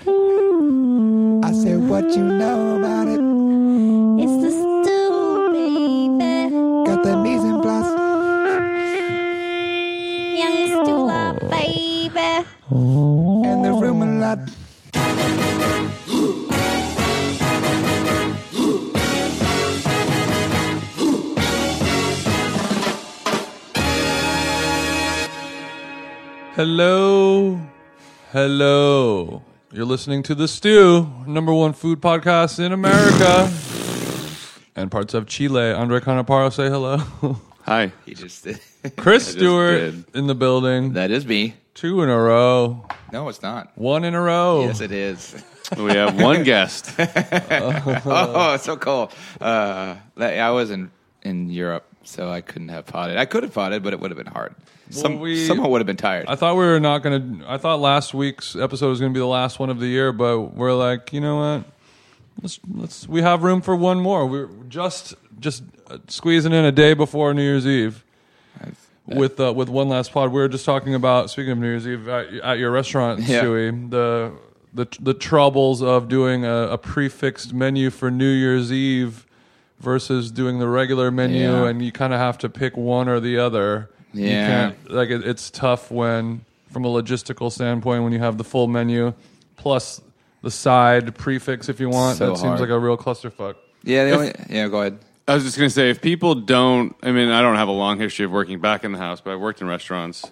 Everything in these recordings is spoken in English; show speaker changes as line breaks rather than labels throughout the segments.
I said, what you know about it?
It's the stew, baby.
Got the mise en place.
Young stew, uh, baby.
And the room a lot.
Hello. Hello. You're listening to The Stew, number one food podcast in America. and parts of Chile. Andre Conaparo, say hello.
Hi. He just did.
Chris
just
Stewart
did.
in the building.
That is me.
Two in a row.
No, it's not.
One in a row.
Yes, it is.
Oh. We have one guest.
oh, it's so cool. Uh, that- I was in, in Europe, so I couldn't have potted. I could have potted, but it would have been hard. Some,
we-
someone would have been tired.
I thought we were not going to. I thought last week's episode was going to be the last one of the year, but we're like, you know what? Let's let's. We have room for one more. We're just just uh, squeezing in a day before New Year's Eve. With uh, with one last pod, we were just talking about speaking of New Year's Eve at, at your restaurant,
Yeah.
Stewie, the the the troubles of doing a, a prefixed menu for New Year's Eve versus doing the regular menu,
Yeah.
and you kind of have to pick one or the other. You
Yeah.
can't like it, it's tough when from a logistical standpoint when you have the full menu plus the side prefix if you want
So
that seems
hard.
like a real clusterfuck
yeah, the only, yeah, go ahead.
I was just going to say, if people don't, I mean, I don't have a long history of working back in the house, but I worked in restaurants.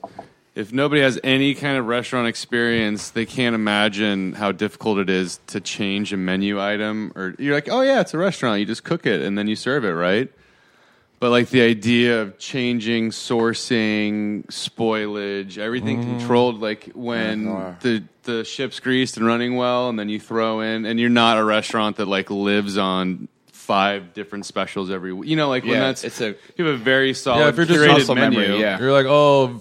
If nobody has any kind of restaurant experience, they can't imagine how difficult it is to change a menu item. Or you're like, oh yeah, it's a restaurant. You just cook it and then you serve it, right? But like the idea of changing sourcing, spoilage, everything
Mm.
controlled, like when the the ship's greased and running well, and then you throw in, and you're not a restaurant that like lives on five different specials every week. You know, like when
Yeah,
that's
it's a-
you have a very solid
Yeah, if you're just
curated
muscle
menu.
memory, yeah.
you're like oh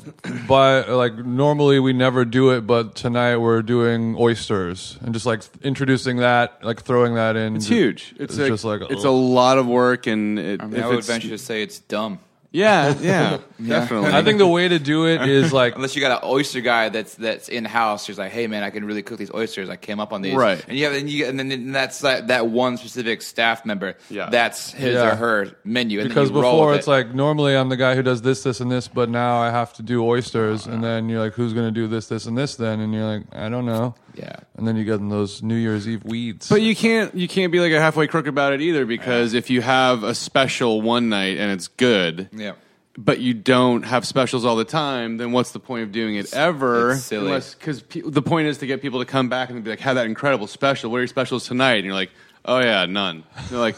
by like normally we never do it but tonight we're doing oysters and just like introducing that like throwing that in
It's huge. It's,
It's
a,
just like, oh.
it's a lot of work, and it,
I, mean,
if
I would
it's,
venture to say it's dumb.
yeah, yeah, definitely.
i think the way to do it is like
Unless you got an oyster guy that's that's in house, who's like, "Hey man, I can really cook these oysters. I came up on these."
Right.
And you have, and, you, and then and that's that, that one specific staff member.
Yeah.
That's his
Yeah.
or her menu. And
because
then you roll
before
with
it's
it.
like normally I'm the guy who does this, this, and this, but now I have to do oysters, and then you're like, who's gonna do this, this, and this? Then and you're like, I don't know.
Yeah.
And then you get in those New Year's Eve weeds.
But you can't you can't be like a halfway crook about it either because if you have a special one night and it's good,
yeah.
but you don't have specials all the time, then what's the point of doing it ever?
it's silly.
because pe- the point is to get people to come back and be like, "Have that incredible special. What are your specials tonight?" And you're like, "Oh yeah, none." And they're like,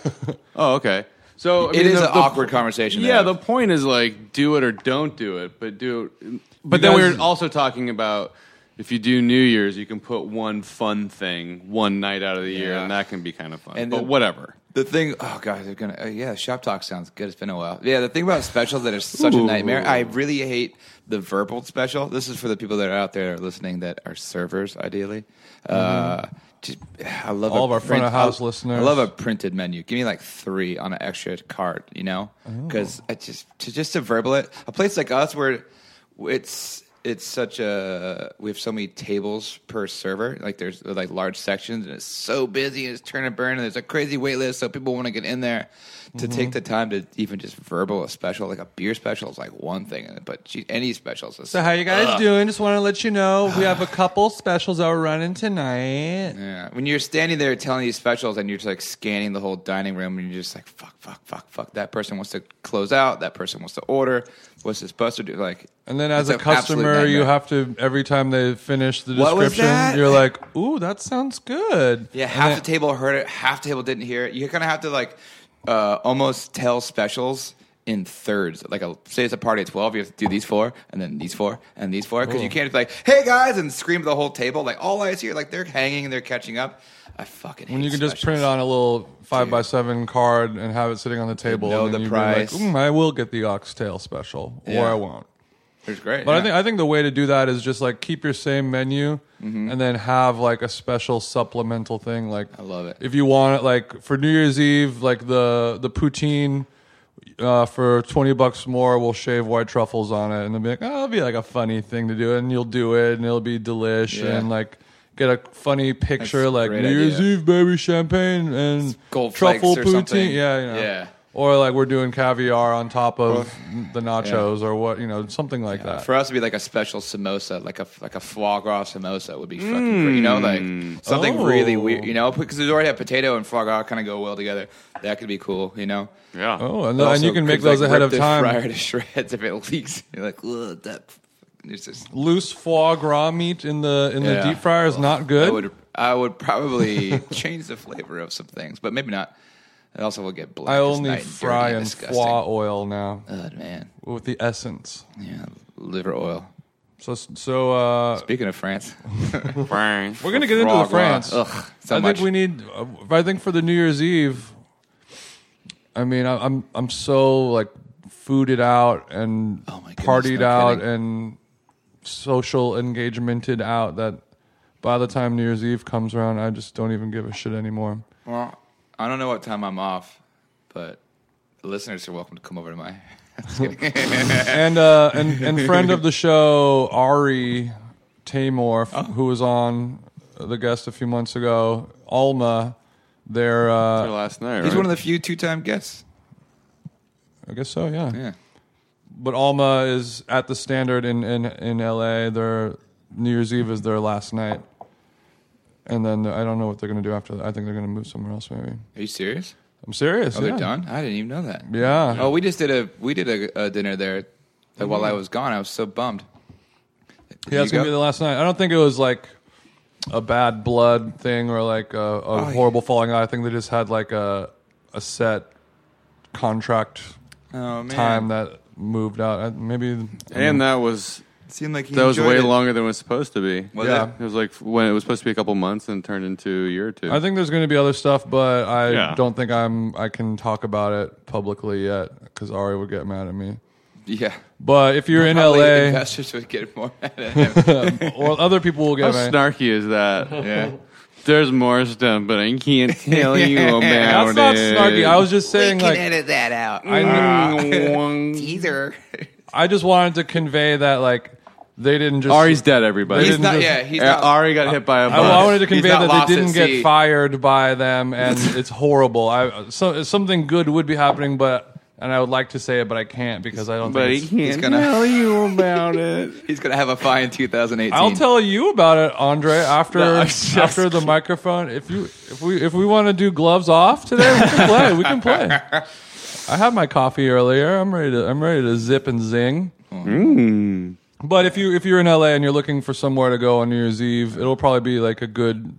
"Oh okay." So I
It
mean,
is
the-
an
the-
awkward conversation. to
Yeah,
have.
the point is like do it or don't do it, but do. It. But
You
then we
guys-
were also talking about if you do New Year's, you can put one fun thing one night out of the year,
Yeah.
and that can be kind of fun.
And
but
then-
whatever.
the thing. Oh god, they're gonna. Uh, yeah, shop talk sounds good. It's been a while. Yeah, the thing about specials that are such a nightmare. I really hate the verbal special. This is for the people that are out there listening that are servers, ideally. Uh, just- I love
Mm-hmm. All
a
of our front of house
I-
listeners.
I love a printed menu. Give me like three on an extra card, you know,
Oh.
because I just to just to verbal it. A place like us where it's it's such a we have so many tables per server. Like there's like large sections, and it's so busy, and it's turn and burn, and there's a crazy wait list, so people want to get in there. To
Mm-hmm.
take the time to even just verbal a special, like a beer special, is like one thing, but gee, any specials. Is,
so how you guys doing? Just want to let you know we have a couple specials that we're running tonight.
Yeah. When you're standing there telling these specials and you're just like scanning the whole dining room and you're just like, fuck, fuck, fuck, fuck. That person wants to close out. That person wants to order. What's this supposed to do? Like,
And then as a
it's an absolute
customer, you
nightmare.
have to every time they finish the
What was
description,
that?
you're like, "Ooh, that sounds good."
Yeah,
And
half
then-
the table heard it, half the table didn't hear it. You kind of have to like uh, almost tell specials in thirds. Like, a, say it's a party at twelve, you have to do these four, and then these four, and these four, because you can't be like, "Hey guys!" and scream to the whole table. Like all eyes here, like they're hanging and they're catching up. I fucking hate
When you can just
specials.
print it on a little five by seven card and have it sitting on the table,
know
and
the
you'd be
price.
Like, mm, I will get the oxtail special, or
Yeah.
I won't.
It's great,
But
yeah.
I think I think the way to do that is just like keep your same menu
Mm-hmm.
and then have like a special supplemental thing. Like I
love it.
If you want it, like for New Year's Eve, like the the poutine uh, for twenty bucks more, we'll shave white truffles on it, and it'll be like oh, it'll be like a funny thing to do, and you'll do it, and it'll be delish,
Yeah.
and like get a funny picture,
a
like New
great
Year's
idea.
Eve, baby, champagne and
Gold Flakes
truffle
or
poutine,
something.
yeah, you know.
Yeah.
Or like we're doing caviar on top of the nachos, or what you know, something like that.
For us to be like a special samosa, like a like a foie gras samosa would be fucking great. You know, like something
Oh.
really weird. You know, because there's already have potato and foie gras kind of go well together. That could be cool. You know.
Yeah.
Oh, and,
But
and
also
you can make
could, like,
those ahead
rip
of
the
time.
Fryer to shreds if it leaks. You're like, ugh, that. It's just
Loose foie gras meat in the in
Yeah.
the deep fryer is not good.
I would I would probably change the flavor of some things, but maybe not. It also will get black.
I
as
only
night and
fry
dirty and
in
disgusting.
foie oil now
Ugh, man,
with the essence.
yeah, liver oil.
So so uh,
Speaking of France,
Frank.
we're gonna get into
foie
the
gras.
France.
Ugh, so
I
much.
think we need. uh, I think for the New Year's Eve. I mean, I, I'm I'm so like fooded out and
Oh my goodness,
partied
no
out
kidding.
and social engagemented out that by the time New Year's Eve comes around, I just don't even give a shit anymore.
Well, I don't know what time I'm off, but the listeners are welcome to come over to my.
and uh, and and friend of the show Ari Tamor,
Oh.
f- who was on the guest a few months ago, Alma. Their,
After
uh,
last night.
He's
right?
one of the few two-time guests.
I guess so, yeah.
Yeah,
But Alma is at the standard in in in L.A. Their New Year's Eve is their last night, and then I don't know what they're gonna do after that. I think they're gonna move somewhere else. Maybe
are you serious?
I'm serious.
Oh,
yeah.
they're done. I didn't even know that.
Yeah. Mm.
Oh, we just did a we did a, a dinner there uh, while I was gone. I was so bummed. Did
Yeah,
you
it's gonna
go?
be the last night. I don't think it was like a bad blood thing or like a, a horrible falling out. I think they just had like a a set contract
oh, man.
time that moved out. Uh, Maybe
and that was
It seemed like he
that was
enjoyed
way
it.
longer than it was supposed to be.
Was
Yeah.
it?
It was like when it was supposed to be a couple months and turned into a year or two.
I think there's going to be other stuff, but I
Yeah.
don't think I'm I can talk about it publicly yet because Ari would get mad at me.
Yeah.
But if you're in
Probably the
LA,
investors would get more out of him.
or other people will
How
get mad.
snarky is that?
yeah.
There's more stuff, but I can't tell you about
That's not
it.
snarky. I was just saying like
that out.
I
was.
Either.
I just wanted to convey that like they didn't just
Ari's dead, everybody.
He's not-
yeah, he's
Uh,
not-
Ari got hit by a bus.
I, I wanted to convey
not
that
lost
they didn't
at
get
sea.
fired by them, and it's horrible. I so something good would be happening, but and I would like to say it, but I can't because I don't.
but
Think
he
it's-
can't
gonna-
tell you about it.
He's going to have a fine 2018.
I'll tell you about it, Andre. After
No, I'm just
after the microphone, if you if we if we want to do gloves off today, we can play. We can play. I had my coffee earlier. I'm ready to I'm ready to zip and zing.
Mm.
But if you if you're in LA and you're looking for somewhere to go on New Year's Eve, it'll probably be like a good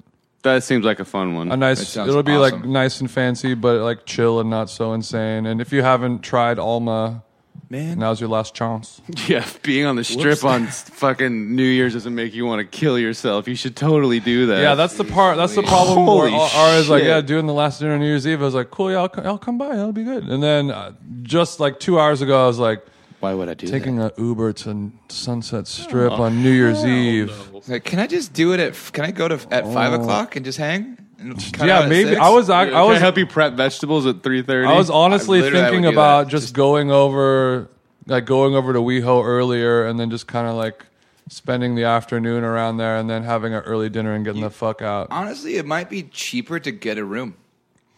That seems like a fun one.
a
That
nice
sounds
it'll be like
awesome.
nice and fancy but like chill and not so insane and if you haven't tried alma
Man.
now's your last chance
Yeah, being on the strip on s- fucking New Year's doesn't make you want to kill yourself. You should totally do that.
yeah that's the part that's the problem
Holy
where R is like
shit.
yeah doing the last dinner on new year's eve i was like cool yeah i'll, co- I'll come by that'll be good and then uh, just like two hours ago i was like
Why would I do
taking an uber to sunset strip on new year's eve
Like, can I just do it at? Can I go to at five o'clock and just hang? And cut out
Oh. yeah
at
maybe
six?
i was uh, I,
Can
I
I
was
help you prep vegetables at three thirty.
I was honestly
I literally
thinking
would do
about
that.
just, going over, like going over to WeHo earlier, and then just kind of like spending the afternoon around there, and then having an early dinner and getting the fuck out.
honestly, it might be cheaper to get a room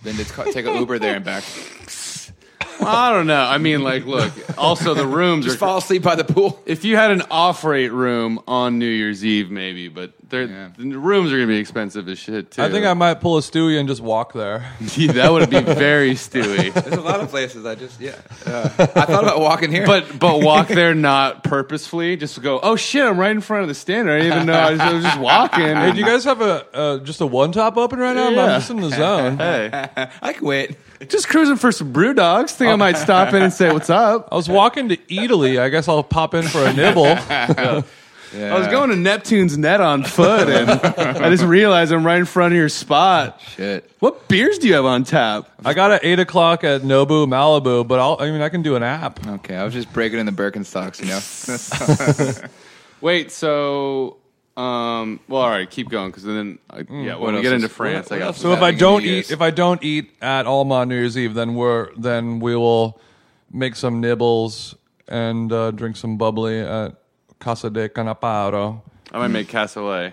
than to ca- take an Uber there and back.
I don't know. I mean, like, look. Also, the rooms
Just
are.
fall asleep by the pool.
If you had an off rate room on New Year's Eve, maybe, but They're,
Yeah.
The rooms are going to be expensive as shit, too.
I think I might pull a Stewie and just walk there.
Gee, that would be very stewy.
There's a lot of places I just yeah. Uh, I thought about walking here,
But but walk there not purposefully. Just go. Oh shit! I'm right in front of the standard. I didn't even know. I was, I was just walking.
Hey, do you guys have a uh, just a one top open right now? I'm
Yeah.
just in the zone. I
Hey,
I quit.
just cruising for some brew dogs. Think I might stop in and say what's up.
was walking to Italy. I guess I'll pop in for a nibble.
I was going to Neptune's Net on foot, and I just realized I'm right in front of your spot.
Shit.
What beers do you have on tap?
I got at eight o'clock at Nobu Malibu, but I'll, I mean I can do an app.
Okay, I was just breaking in the Birkenstocks, you know.
Wait, so. Um, well, all right, keep going because then, I yeah,
What
when we
else
get
is-
into
what
France,
else-
I got
what
Hmm. So
some
if I
happening in
don't
the
eat,
US?
if I don't eat at Alma on New Year's Eve, then we're then we will make some nibbles and uh, drink some bubbly at Casa de Canaparo.
I might make cassoulet.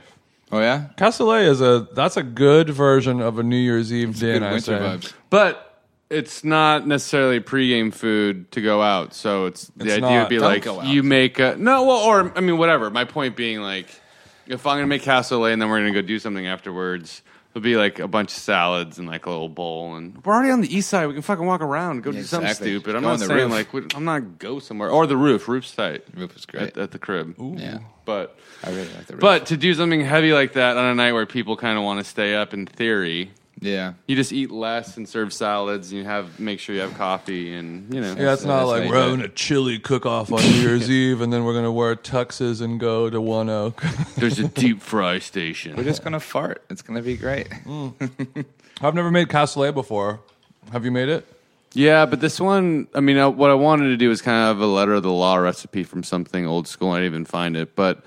oh yeah,
Cassoulet is a that's a good version of a New Year's Eve
good
dinner. I
winter
say.
vibes.
But it's not necessarily pregame food to go out. So it's the
It's
idea
not.
would be
Don't
like
go out.
you make a no, well, or I mean, whatever. My point being, like, if I'm gonna make cassoulet and then we're gonna go do something afterwards, it'll be like a bunch of salads and like a little bowl. And we're already on the east side. We can fucking walk around, go do something
exactly.
stupid.
Go
I'm
on
not
the
saying
roof.
like we, I'm not go somewhere or the roof. Roof's tight.
Roof is great.
at, at the crib.
Yeah,
But
I really like the roof.
but to do something heavy like that on a night where people kind of want to stay up, in theory,
yeah,
you just eat less and serve salads and you have make sure you have coffee and you know
Yeah, it's
So
not
that's
like
how you
we're
do it.
having a chili cook off on New Year's Eve and then we're gonna wear tuxes and go to One Oak.
there's a deep fry
we're
station
just gonna fart. It's gonna be great.
Um, I've never made cassoulet before. Have you made it?
yeah but this one i mean I, what i wanted to do is kind of have a letter of the law recipe from something old school i didn't even find it but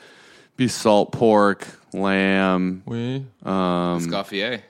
be salt pork lamb
We
Escoffier.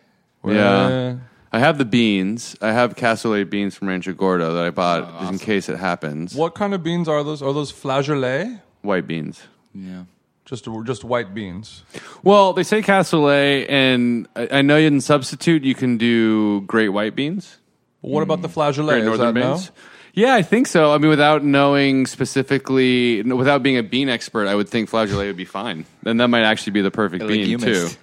Uh,
yeah i have the beans i have cassoulet beans from rancho gordo that i bought just in case it happens
What kind of beans are those? Are those flageolets?
white beans
Yeah.
Just just white beans.
well they say cassoulet and i, I know in substitute you can do great white beans
What about the flageolet?
Great
Is that
Mm. Northern
no?
beans? Yeah, I think so. I mean, without knowing specifically, no, without being a bean expert, I would think flageolet would be fine. Then that might actually be the perfect
A
bean too.
legumist.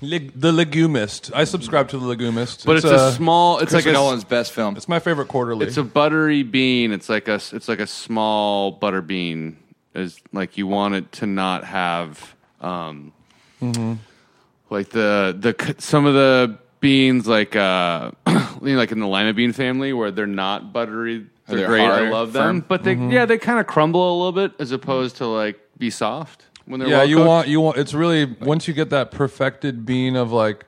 Leg- the Legumist. I subscribe to the Legumist.
But it's, a, small. It's
It's like
like a,
Nolan's best film.
It's my favorite quarterly.
It's a buttery bean. It's like a. s- It's like a small butter bean. Is like you want it to not have, um,
Mm-hmm.
like the the c- some of the beans like uh, you know, like in the lima bean family where they're not buttery. They're,
They're
great. I
hard,
love
firm.
them, but they
Mm-hmm.
yeah they kind of crumble a little bit as opposed to like be soft when they're
yeah,
well
you
cooked.
want you want. It's really once you get that perfected bean of like,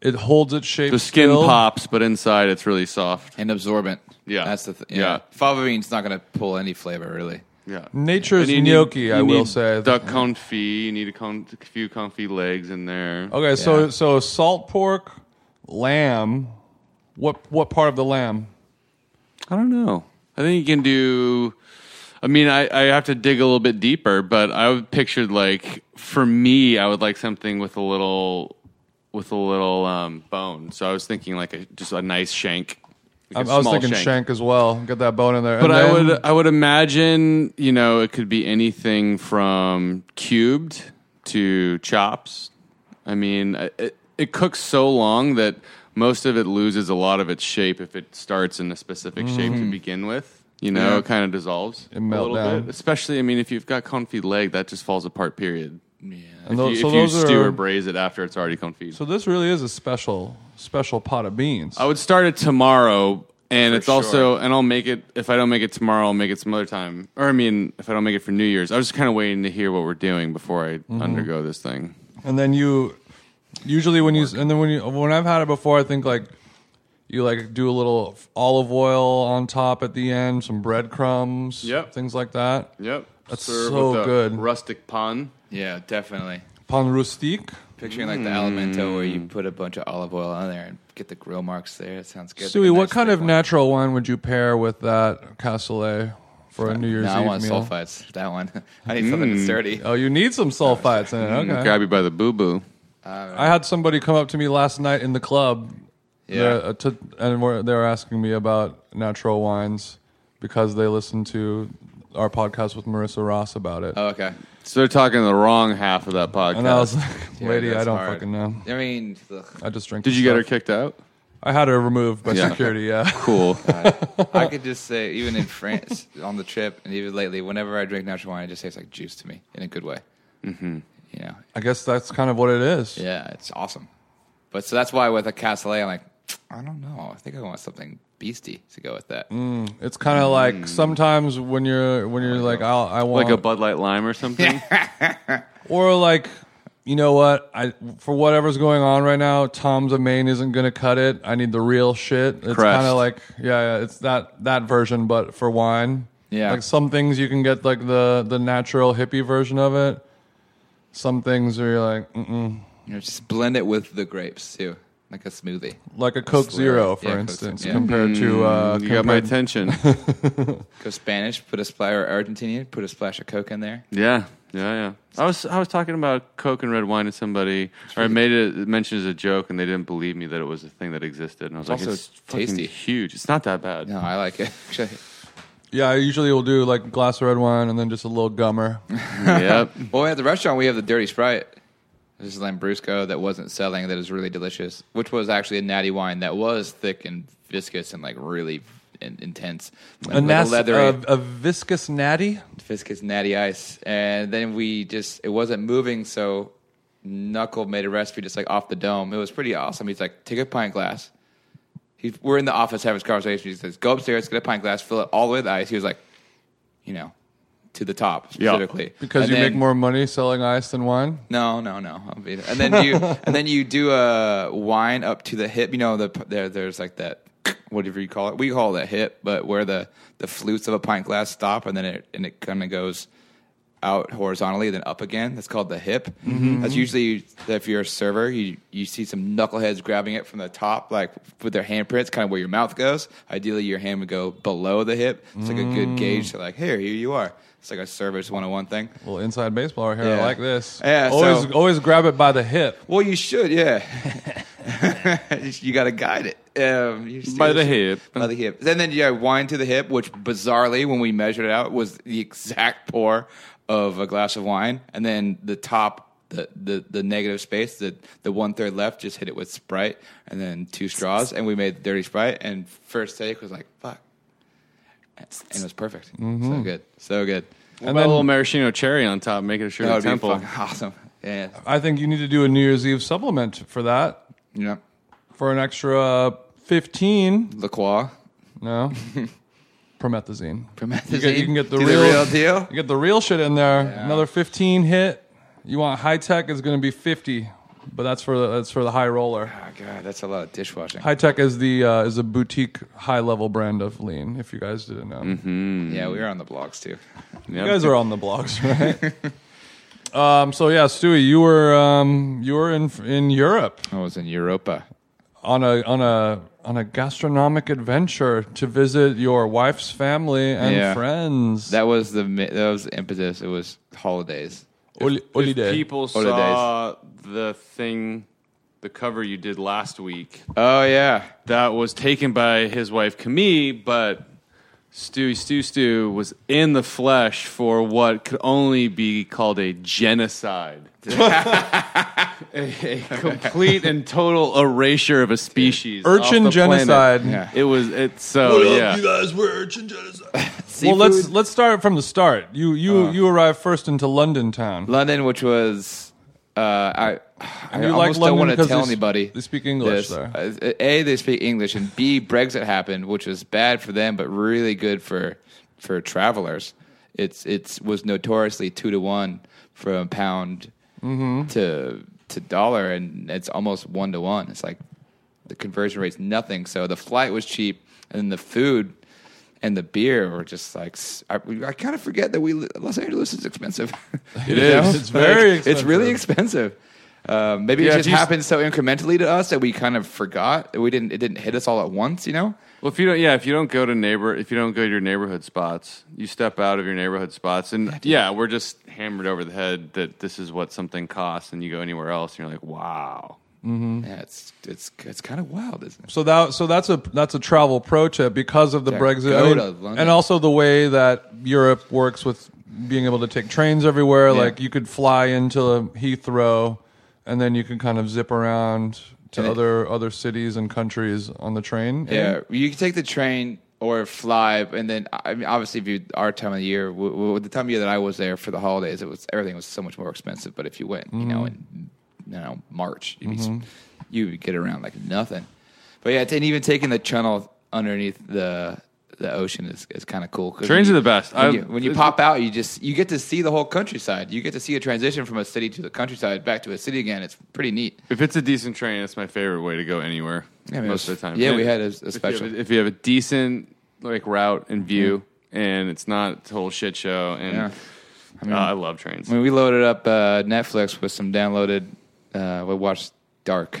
it holds its shape.
the skin
still.
pops, but inside it's really soft.
and absorbent.
Yeah.
that's the th- yeah.
Yeah.
Fava bean's not gonna pull any flavor really.
Yeah.
Nature's
And you need-
gnocchi, I
you
will
need
say.
Duck confit. You need a, con- a few confit legs in there.
okay, so
Yeah.
so salt pork, lamb. What what part of the lamb?
I don't know. I think you can do. I mean, I, I have to dig a little bit deeper, but I would pictured like for me, I would like something with a little with a little um, bone. So I was thinking like a, just a nice shank.
I,
like a
I was
small
thinking shank. as well. Get that bone in there.
But
And
I
then-
would uh, I would imagine you know it could be anything from cubed to chops. I mean, I- it, it cooks so long that most of it loses a lot of its shape if it starts in a specific shape to begin with. You know, it kind of dissolves
Mm-hmm. It melt
a little
down.
bit. Especially, I mean, if you've got confit leg, that just falls apart. Period.
and
If
tho-
you,
so
if you
those
stew
are.
or braise it after it's already confit.
so this really is a special special pot of beans.
I would start it tomorrow, and it's
sure.
also, and I'll make it. If I don't make it tomorrow, I'll make it some other time. Or I mean, if I don't make it for New Year's, I was just kind of waiting to hear what we're doing before I
Mm-hmm.
undergo this thing.
and then you usually when you and then when you when I've had it before, I think like you like do a little olive oil on top at the end, some breadcrumbs,
Yep.
things like that.
Yep,
That's so good.
Rustic pan.
Yeah, definitely.
Pan rustique.
Picturing like the
Hmm.
alimento where you put a bunch of olive oil on there and get the grill marks there. It sounds good.
Stewie,
Like a
what
nice
kind
thick
of
one.
natural wine would you pair with that cassoulet for a New Year's
No, I
Eve
want
meal?
sulfites. That one. I need something that's sturdy.
Oh, you need some sulfites in it. Okay.
Grab you by the boo boo.
I had somebody come up to me last night in the club.
Yeah.
They're, uh, to- and we're- they were asking me about natural wines because they listen to our podcast with Marissa Ross about it.
Oh, okay.
So they're talking the wrong half of that podcast.
and I was like,
Dude,
lady, I
that's
don't
hard.
fucking know.
I mean, ugh.
I just drink.
Did you get her
stuff.
kicked out?
I had her removed by
Yeah.
security. Yeah.
Cool.
I could just say, even in France on the trip, and even lately, whenever I drink natural wine, it just tastes like juice to me in a good way. Mm-hmm. You know,
I guess that's kind of what it is.
yeah, it's awesome. But so that's why with a cassoulet, I'm like, I don't know. I think I want something beasty to go with that.
It's kind of like sometimes when you're when you're like I'll, I want
Hmm. like a Bud Light Lime or something.
Uh, or like you know what I for whatever's going on right now Tom's of Maine isn't gonna cut it I need the real shit it's
Crest.
kind of like yeah, yeah it's that that version but for wine
Yeah.
like some things you can get like the the natural hippie version of it some things where you're like mm-mm.
You know, just blend it with the grapes too, like a smoothie.
like a Coke Zero for
Yeah, Coke
instance
Zero, Mm, yeah.
compared to uh
you got my
compared-
attention.
Go Spanish, put a splash or Argentinian, put a splash of Coke in there.
Yeah, yeah, yeah. I was I was talking about Coke and red wine to somebody, or I made it mentioned as a joke, and they didn't believe me that it was a thing that existed. And I was
It's
like,
also
it's fucking
tasty.
huge. It's not that bad.
No, I like it. Actually,
yeah I usually will do like a glass of red wine and then just a little gummer
yep.
well, at the restaurant we have the Dirty Sprite. This is Lambrusco that wasn't selling that is really delicious, which was actually a natty wine that was thick and viscous and like really in- intense, and
a,
like
nas-
leathery,
a, a viscous natty
viscous natty ice. And then we just it wasn't moving, so Knuckle made a recipe just like off the dome. It was pretty awesome. He's like, take a pint glass. He, we're in the office having this conversation. He says, go upstairs, get a pint glass, fill it all the way with ice. He was like, you know, to the top specifically
Because
And
you
then-
make more money selling ice than wine.
No, no, no. I'll be- And then you and then you do a wine up to the hip. You know the there there's like that whatever you call it. We call it a hip, but where the the flutes of a pint glass stop and then it and it kind of goes out horizontally then up again. That's called the hip. That's usually if you're a server, you you see some knuckleheads grabbing it from the top like with their handprints kind of where your mouth goes. Ideally your hand would go below the hip. It's like a good gauge to like, here, here you are. It's like a service 101 thing.
Well, inside baseball right here. I
Yeah.
like this.
Yeah,
Always,
so-
always grab it by the hip.
Well, you should, yeah. you got to guide it. Um, you just-
By the hip.
By the hip. And then you have wine to the hip, which bizarrely, when we measured it out, was the exact pour of a glass of wine. And then the top, the, the, the negative space, the, the one third left, just hit it with Sprite and then two straws. And we made Dirty Sprite. And first take was like, fuck. And it was perfect.
Mm-hmm.
So good. So good.
And then a little maraschino cherry on top, make it a
That
sugar
would be
temple.
fucking awesome. Yeah.
I think you need to do a New Year's Eve supplement for that
You know,
for an extra 15.
La Croix.
No. Promethazine.
Promethazine.
You, get, you can get the,
Do
real,
deal.
You get the real shit in there. Another 15 hit. You want high tech is going to be 50, but that's for the, that's for the high roller.
Oh god, that's a lot of dishwashing.
High tech is the uh, is a boutique high level brand of lean. If you guys didn't
Mm-hmm.
know.
Yeah, we were on the blogs too.
Yep.
You guys are on the blogs, right? um, so yeah, Stewie, you were um, you were in in Europe
I was in Europa.
on a on a on a gastronomic adventure to visit your wife's family and
Yeah.
friends.
That was the mi- that was the impetus. It was holidays.
Oli-
If
holiday.
people
Holidays.
saw the thing, the cover you did last week,
Oh yeah,
that was taken by his wife Camille, but Stu Stu Stu was in the flesh for what could only be called a genocide. a, a complete and total erasure of a species. off
Urchin
the planet.
genocide.
Yeah.
It was it so yeah.
guys, we're urchin genocide. well, let's let's start from the start. You you
Uh-huh.
you arrived first into London town.
London, which was uh, I. I
you like London
almost don't want to
because
tell
they s-
anybody.
they speak English
this.
there.
Uh, A, they speak English, and B, Brexit happened, which was bad for them, but really good for for travelers. It's it's was notoriously two to one from pound
Mm-hmm.
to to dollar, and it's almost one to one. It's like the conversion rate's nothing. So the flight was cheap, and the food and the beer were just like s- I, I kind of forget that we li- Los Angeles is expensive.
It is.
It's very
It's really
expensive.
expensive. Uh, maybe it
Yeah, if
just
you s-
happened so incrementally to us that we kind of forgot. We didn't. It didn't hit us all at once. You know.
Well, if you don't, yeah, if you don't go to neighbor, if you don't go to your neighborhood spots, you step out of your neighborhood spots, and yeah, we're just hammered over the head that this is what something costs, and you go anywhere else, and you're like, wow, Mm-hmm.
Yeah, it's it's it's kind of wild, isn't it?
So that so that's a that's a travel pro tip because of the
Yeah,
Brexit,
go
I mean,
to London.
and also the way that Europe works with being able to take trains everywhere.
Yeah.
Like you could fly into Heathrow, and then you can kind of zip around to
And it-
other other cities and countries on the train.
Yeah, you can take the train or fly, and then I mean, obviously, if you our time of the year, w- w- the time of year that I was there for the holidays, it was everything was so much more expensive. But if you went, you know,
Mm-hmm.
in you know March, you'd, be, s- you would get around like nothing. But yeah, and even taking the tunnel underneath the the ocean is, is kind of cool. 'cause
Trains
when
are the best.
When,
I-
you, when you pop out, you just you get to see the whole countryside. You get to see a transition from a city to the countryside back to a city again. It's pretty neat.
If it's a decent train, it's my favorite way to go anywhere
Yeah, I mean, it
most of
was-
the time.
yeah,
If-
we had a- a special.
If you have a, if you have a decent like route and view, and it's not a total shit show, and
Yeah.
I, I love trains.
I mean, we loaded up uh, Netflix with some downloaded. Uh, we watched Dark,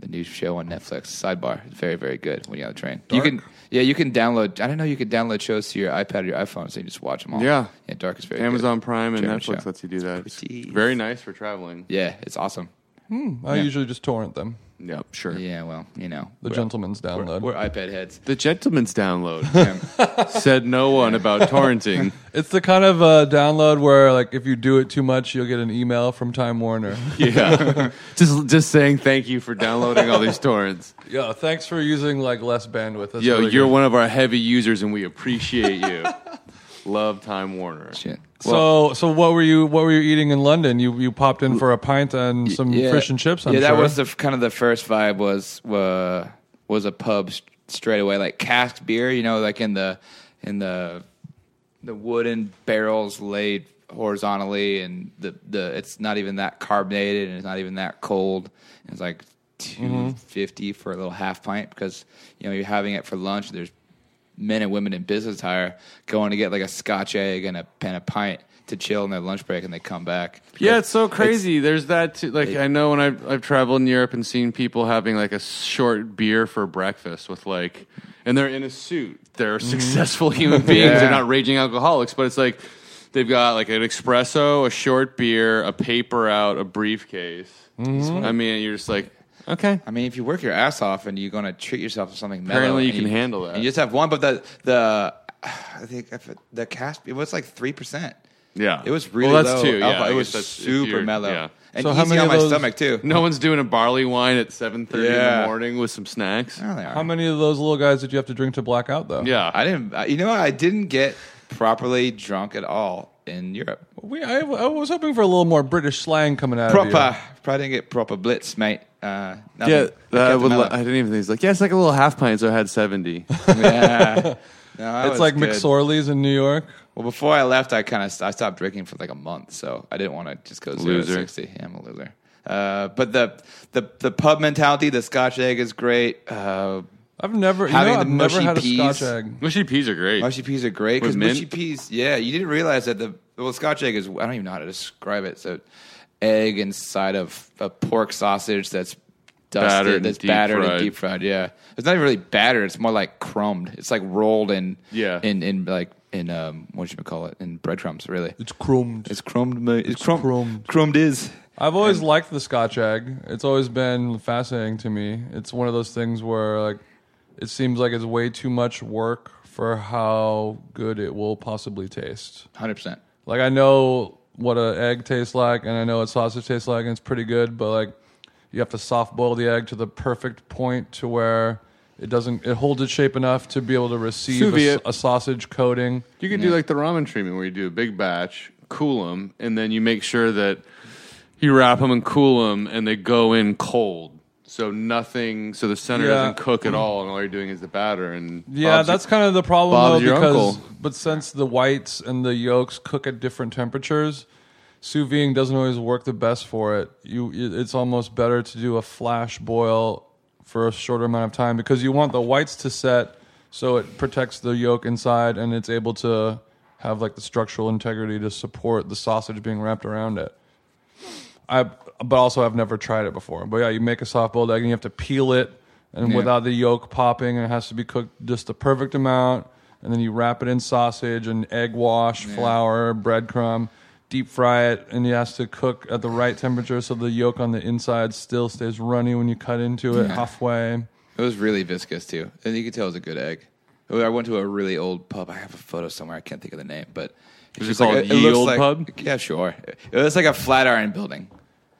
the new show on Netflix. Sidebar, It's very very good when you're on the train. You can yeah, you can download. I didn't know you could download shows to your iPad or your iPhone, so you just watch them all.
Yeah.
yeah. Dark is very good.
Amazon Prime and
German
Netflix
show.
lets you do that. It's
pretty-
very nice for traveling.
Yeah, it's awesome.
I usually just torrent them.
Yeah, sure.
Yeah, well, you know,
The gentleman's download.
we're iPad heads.
The gentleman's download said no one about torrenting.
It's the kind of uh, download where like if you do it too much, you'll get an email from Time Warner.
Yeah, just just saying thank you for downloading all these torrents.
Yo, thanks for using like less bandwidth. That's
Yo,
really
you're
good.
one of our heavy users, and we appreciate you. Love Time Warner.
Shit.
So, so what were you what were you eating in London? You you popped in for a pint and some fish and chips. I'm
yeah, that
sure.
was the f- kind of the first vibe was uh, was a pub s- straight away, like cask beer, you know, like in the in the the wooden barrels laid horizontally, and the the it's not even that carbonated, and it's not even that cold. And it's like two fifty for a little half pint because you know you're having it for lunch. There's men and women in business hire going to get like a scotch egg and a and a pint to chill in their lunch break, and they come back.
Yeah, it's so crazy. There's that too. Like I know when I've I've traveled in Europe and seen people having like a short beer for breakfast with like, and they're in a suit. They're
Mm-hmm.
successful human beings. They're not raging alcoholics, but it's like they've got like an espresso, a short beer, a paper out, a briefcase.
Mm-hmm.
I mean, you're just like, okay,
I mean, if you work your ass off and you're going to treat yourself to something, mellow
Apparently you
and
can handle that.
and You just have one, but the the I think if it- the cast it was like three percent.
yeah.
It was really
well. That's
low
two. Yeah,
alcohol.
I
it was
guess that's- if
super
you're-
mellow
yeah.
and
So
easy
how many
on
of
my
those-
stomach too.
No one's doing a barley wine at seven thirty in
Yeah.
the morning with some snacks.
Oh, they are.
How many of those little guys did you have to drink to black out though?
Yeah,
I didn't. I- You know, what? I didn't get properly drunk at all in Europe.
we, I, I was hoping for a little more British slang coming out of you.
Proper, probably didn't get proper blitz, mate. Uh, nothing. I
Yeah, I,
kept
would
it
lo-
mellow.
I didn't even think. He's like, yeah, it's like a little half pint, so I had 70.
yeah. No, I
It's
was
like
good.
McSorley's in New York.
Well, before I left, I kind of st- I stopped drinking for like a month, so I didn't want to just go zero to
Loser.
sixty. Yeah, I'm a loser. Uh, but the the the pub mentality, the Scotch egg is great. Uh,
I've never you know,
Having the
I've never
mushy
had a
peas.
Scotch egg.
Mushy peas are great.
mushy peas are great
With
because mushy
mint?
peas. Yeah, you didn't realize that the well Scotch egg is. I don't even know how to describe it. So, egg inside of a pork sausage that's dusted,
Battered and
that's
deep
battered
fried.
and deep fried. Yeah, it's not even really battered. It's more like crumbed. It's like rolled in
Yeah.
in in like in um what you call it in breadcrumbs really.
It's crumbed.
It's crumbed, mate. It's, crum-
crumbed.
Crumbed is.
I've always liked the Scotch egg. It's always been fascinating to me. It's one of those things where like it seems like it's way too much work for how good it will possibly taste.
Hundred percent.
Like I know what an egg tastes like, and I know what sausage tastes like, and it's pretty good. But like, you have to soft boil the egg to the perfect point to where it doesn't it holds its shape enough to be able to
Sous
receive a, s-
vide.
a sausage coating.
You could do like the ramen treatment where you do a big batch, cool them, and then you make sure that you wrap them and cool them, and they go in cold. So nothing, so the center
Yeah.
doesn't cook at all, and all you're doing is the batter. And
Yeah,
Bob's-
that's kind of the problem
Bob's
though,
your
because
uncle.
but since the whites and the yolks cook at different temperatures, sous vide doesn't always work the best for it. You, it- it's almost better to do a flash boil for a shorter amount of time because you want the whites to set, so it protects the yolk inside and it's able to have like the structural integrity to support the sausage being wrapped around it. I but also I've never tried it before. But yeah, you make a soft boiled egg and you have to peel it and
Yeah.
without the yolk popping and it has to be cooked just the perfect amount and then you wrap it in sausage and egg wash, flour, breadcrumb. deep fry it, and it has to cook at the right temperature so the yolk on the inside still stays runny when you cut into it
Yeah.
halfway.
It was really viscous too, and you could tell it was a good egg. Oh, I went to a really old pub. I have a photo somewhere. I can't think of the name, but it's
it
just
called
like,
Ye
looks
Olde
like-
Pub?
Yeah, sure. It looks like a Flatiron building.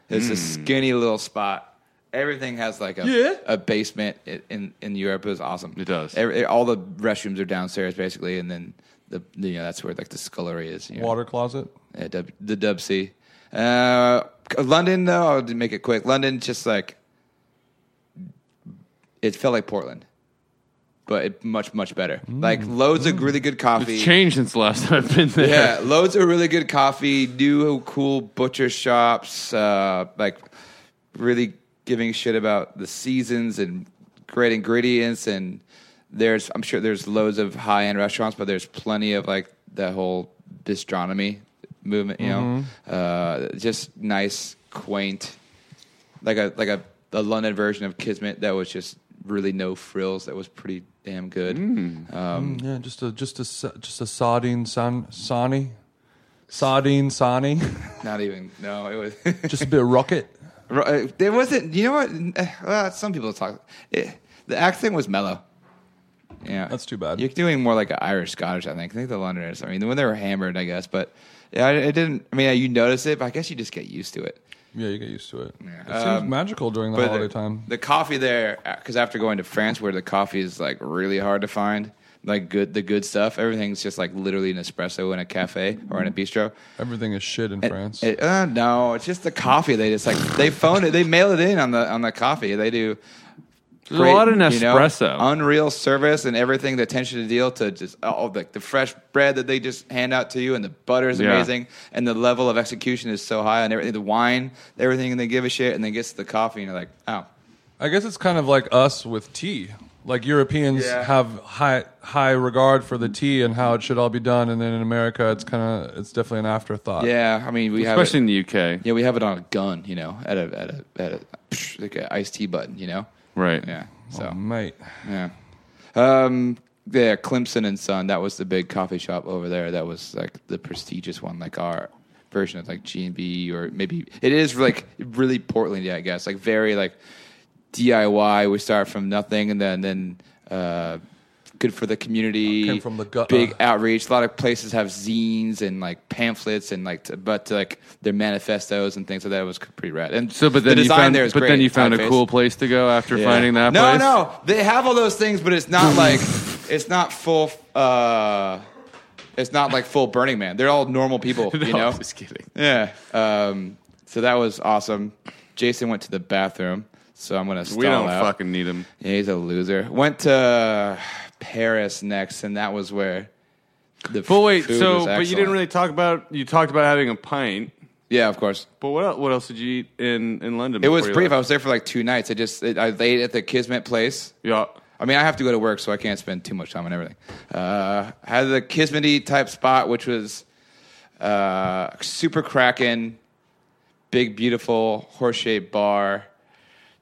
It's a
Hmm.
skinny little spot. Everything has like a,
Yeah.
a basement i- in in Europe. It was awesome.
It does.
Every, all the restrooms are downstairs basically, and then the you know that's where like the scullery is. you know.
Water closet.
Yeah, dub, the Dub C. Uh, London, though, I'll make it quick. London, just like it felt like Portland, but it, much much better. Like loads of really good coffee.
It's changed since the last time I've been there.
Yeah, loads of really good coffee. New cool butcher shops. Uh, like really giving a shit about the seasons and great ingredients. And there's I'm sure there's loads of high end restaurants, but there's plenty of like the whole bistronomy movement. You know, uh, just nice, quaint, like a like a, a London version of Kismet that was just really no frills. That was pretty damn good.
Yeah, just a just a sa- just a sardine san sani, sardine sani,
Not even no, it was.
just a bit of rocket.
Ro- uh, There wasn't. You know what? Uh, Well, some people talk. It, the accent was mellow. Yeah,
That's too bad.
You're doing more like an Irish Scottish. I think. I think the Londoners. I mean, when they were hammered, I guess. But yeah, I, I didn't. I mean, you notice it, but I guess you just get used to it.
Yeah, you get used to it. It seems
Um,
magical during the
But
holiday
the,
time.
the coffee there, because after going to France, where the coffee is like really hard to find, like good the good stuff. Everything's just like literally an espresso in a cafe or in a bistro.
Everything is shit in France.
It, uh, no, it's just the coffee. They just like they phone it. They mail it in on the on the coffee. They do.
There's a lot in
you know,
Nespresso.
unreal service and everything. The attention to deal to just all the, the fresh bread that they just hand out to you, and the butter is
Yeah.
amazing, and the level of execution is so high, and everything. The wine, everything, and they give a shit, and then gets to the coffee, and you're like, oh,
I guess it's kind of like us with tea. Like Europeans
Yeah.
have high high regard for the tea and how it should all be done, and then in America, it's kind of it's definitely an afterthought.
yeah. I mean, we have it-
especially in the UK.
yeah, we have it on a gun, you know, at a at a at a psh, like an iced tea button, you know,
Right.
yeah. So.
Oh, mate.
Yeah. Um, yeah, Clemson and Son. That was the big coffee shop over there. That was like the prestigious one, like our version of like G and B, or maybe it is like really Portlandy, I guess. Like very like DIY. We start from nothing, and then then uh, good for the community.
Oh, Came from the uh. gutter.
Big outreach. A lot of places have zines and like pamphlets and like, to, but to, like their manifestos and things like that It was pretty rad. And
So, but then
the
you
design
found,
there is
but
great.
then you found a
Typeface.
cool place to go after
Yeah.
finding that
no,
place.
No, They have all those things, but it's not like it's not full uh it's not like full Burning Man. They're all normal people, you
No,
know?
I'm just kidding.
Yeah. Um so that was awesome. Jason went to the bathroom, so I'm gonna stall
We don't
out.
fucking need him.
Yeah, he's a loser. Went to Paris next, and that was where the
But wait,
food
so
was
but you
excellent.
didn't really talk about you talked about having a pint.
Yeah, of course.
But what else, what else did you eat in in London?
It was
before you
brief. I
left?
was there for like two nights. I just I laid at the Kismet place.
yeah.
I mean, I have to go to work, so I can't spend too much time on everything. Uh, had the Kismety type spot, which was uh, super cracking, big, beautiful horse shaped bar.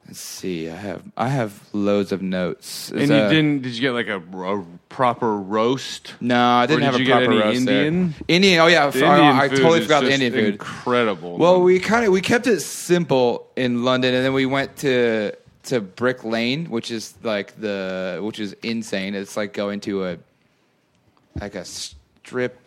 Let's see, I have I have loads of notes.
And you didn't? Did you get like a, a proper roast?
No, I didn't
did
have
you
a
get
proper
any
roast there.
Indian?
Indian, oh yeah, f-
The
I-
Indian
I,
food
totally
is
forgot the
just
Indian food.
Incredible.
Well, we kind of we kept it simple in London, and then we went to to Brick Lane, which is like the which is insane. It's like going to a like a strip.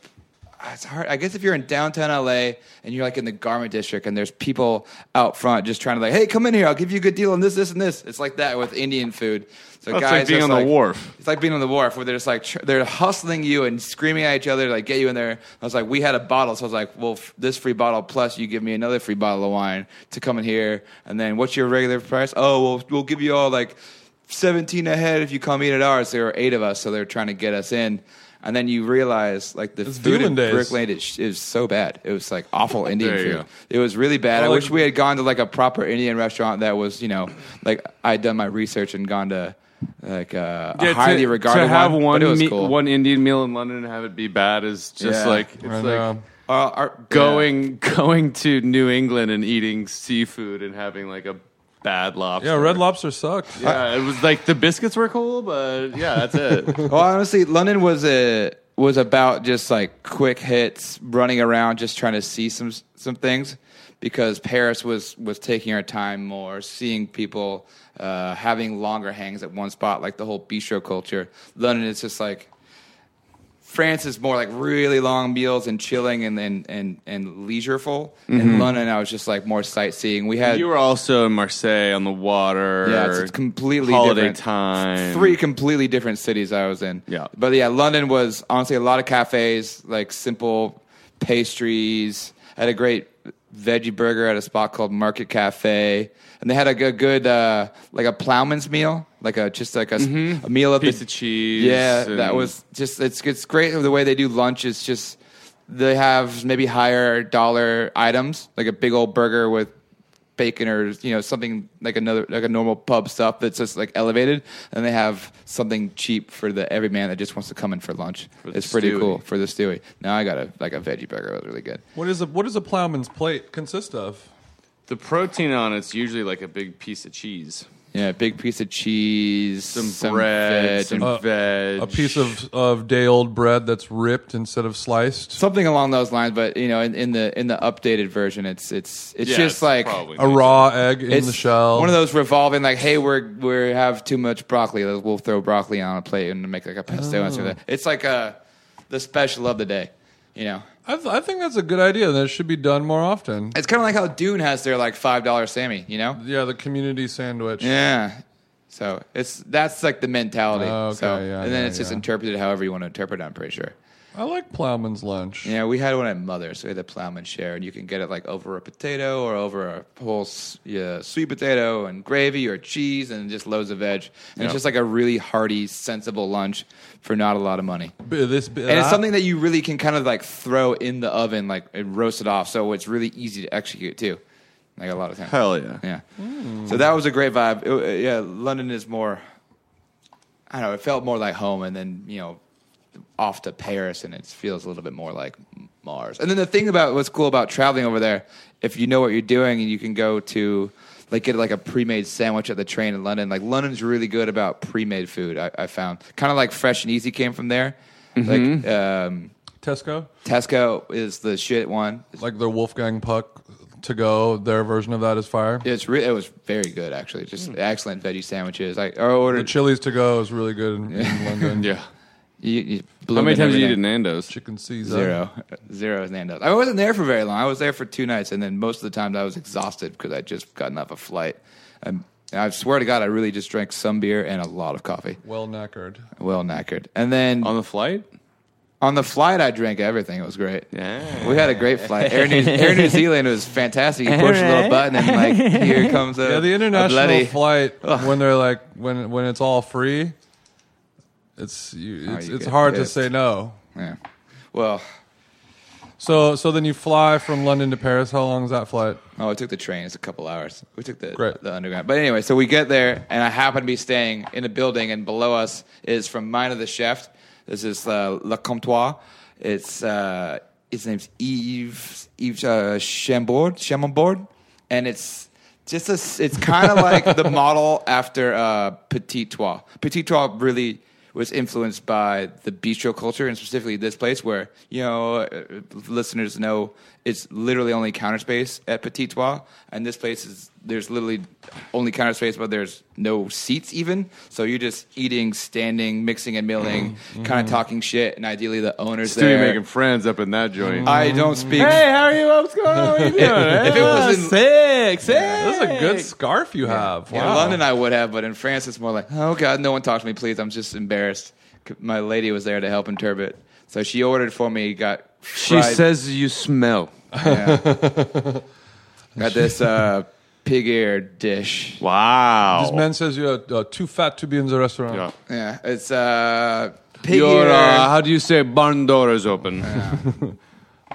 ah, It's hard. I guess if you're in downtown LA and you're like in the garment district, and there's people out front just trying to like, hey, come in here, I'll give you a good deal on this, this, and this. It's like that with Indian food. So
That's like being
just
on the wharf.
It's like being on the wharf where they're just like tr- they're hustling you and screaming at each other to like get you in there. I was like, we had a bottle, so I was like, well, f- this free bottle plus you give me another free bottle of wine to come in here, and then what's your regular price? Oh, well, we'll give you all like seventeen ahead if you come eat at ours. There were eight of us, so they're trying to get us in, and then you realize like the
It's
food
Doolin
in
days.
Brick Lane is, is so bad. It was like awful Indian
There you
food.
go.
It was really bad. I
Well,
wish
like-
we had gone to like a proper Indian restaurant that was, you know, like I'd done my research and gone to like uh, a
Yeah,
highly
to,
regarded
to have
one,
one
but it was
me-
cool.
one Indian meal in London and have it be bad is just
Yeah.
like it's
I
like
know.
Uh, our-
going going to New England and eating seafood and having like a bad lobster.
yeah, Red Lobster sucked.
Yeah, it was like the biscuits were cool, but yeah, that's it.
Yeah. Well, honestly, London was a was about just like quick hits, running around, just trying to see some some things, because Paris was was taking our time more, seeing people, uh, having longer hangs at one spot, like the whole bistro culture. London is just like France is more like really long meals and chilling and and and, and leisureful. In London, I was just like more sightseeing. We had
You were also in Marseille on the water.
yeah, it's, it's completely
holiday
different.
time.
Three completely different cities I was in.
Yeah.
but yeah, London was honestly a lot of cafes, like simple pastries. I had a great veggie burger at a spot called Market Cafe, and they had a g- good uh, like a plowman's meal, like a just like a, s- a meal at
Mm-hmm. piece
the
of cheese.
yeah, that
and-
was just it's it's great the way they do lunch. It's just they have maybe higher dollar items like a big old burger with bacon or you know something like another like a normal pub stuff that's just like elevated, and they have something cheap for the everyman that just wants to come in for lunch.
the
it's pretty
stewie.
cool for the stewie. Now I got a like a veggie burger. That was really good.
What is a what does a plowman's plate consist of?
the protein on it's usually like a big piece of cheese,
Yeah, big piece of cheese,
some, bread,
veg,
some veg,
A piece of, of day old bread that's ripped instead of sliced.
something along those lines. But you know, in, in the in the updated version, it's it's it's
Yeah,
just
it's
like.
probably
A raw egg in the shell.
One of those revolving, like, hey, we're we are have too much broccoli. let's- We'll throw broccoli on a plate and make like a pesto and stuff. like that.
Oh.
It's like a the special of the day, you know.
I, th- I think that's a good idea. That should be done more often.
It's kind of like how Dune has their like five dollar Sammy, you know.
Yeah, the community sandwich.
Yeah. So it's that's like the mentality.
Oh, okay,
so,
yeah,
and then
yeah,
it's just
yeah.
interpreted however you want to interpret. it, I'm pretty sure.
I like plowman's lunch.
Yeah, we had one at Mother, so we had the plowman share, and you can get it like over a potato or over a whole s- yeah, sweet potato and gravy or cheese and just loads of veg. And
Yeah.
it's just like a really hearty, sensible lunch for not a lot of money.
B- This b-
And it's
I-
something that you really can kind of like throw in the oven, like and roast it off. So it's really easy to execute too, like a lot of times.
Hell yeah. Mm.
Yeah. So that was a great vibe. It- uh, yeah, London is more. I don't know. It felt more like home, and then you know, off to Paris, and it feels a little bit more like Mars. And then the thing about what's cool about traveling over there, if you know what you're doing, and you can go to like get like a pre-made sandwich at the train in London. Like London's really good about pre-made food. I, I found kind of like fresh and easy came from there.
Mm-hmm.
Like um,
Tesco,
Tesco is the shit one.
like their Wolfgang Puck to go. Their version of that is fire.
It's re- it was very good actually. Just
Mm.
excellent veggie sandwiches. I, I
The
ordered
Chili's to go is really good in, in London.
yeah.
You, you
How many times did you eat at
in
Nando's?
Chicken Caesar.
Zero. Zero is Nando's. I wasn't there for very long. I was there for two nights, and then most of the times I was exhausted because I just gotten off a flight. And I swear to God, I really just drank some beer and a lot of coffee.
Well knackered.
Well knackered. And then
On the flight?
on the flight, I drank everything. It was great.
Yeah.
We had a great flight. Air New, Air New Zealand was fantastic. You push a little button and like here comes a
Yeah, the
a
international
bloody-
flight when they're like when when it's all free, it's you, it's,
Oh, you
it's
get
hard
pissed.
to say no.
Yeah. Well,
So so then you fly from London to Paris. How long is that flight?
Oh, I took the train. It's a couple hours. We took the
Great.
the underground. But anyway, so we get there, and I happen to be staying in a building, and below us is from Mine of the Chef. This is uh, Le Comptoir. It's uh, his name's Yves Yves uh, Chambord Chambord, and it's just a. s- It's kind of like the model after uh, Petit Trois. Petit Trois really was influenced by the bistro culture and specifically this place where you know uh, listeners know it's literally only counter space at Petit Trois, and this place is there's literally only counter space, but there's no seats even. So you're just eating, standing, mixing and milling, kind of talking shit, and ideally the owners
Mm-hmm. Stewie
there.
making Mm-hmm. friends up in that joint.
I don't speak.
how are you? What's going on? What are you
If-
doing?
if it was in-
sick, sick.
This is a good scarf you have.
In
Wow.
London, I would have, but in France, it's more like, oh God, no one talk to me, please. I'm just embarrassed. C- My lady was there to help interpret, so she ordered for me. Got
She
fried-
says you smell.
got this uh, pig ear dish.
Wow.
This man says you're uh, too fat to be in the restaurant.
Yeah.
Yeah, it's uh, pig
Your,
ear.
uh, how do you say barn door is open?
Oh,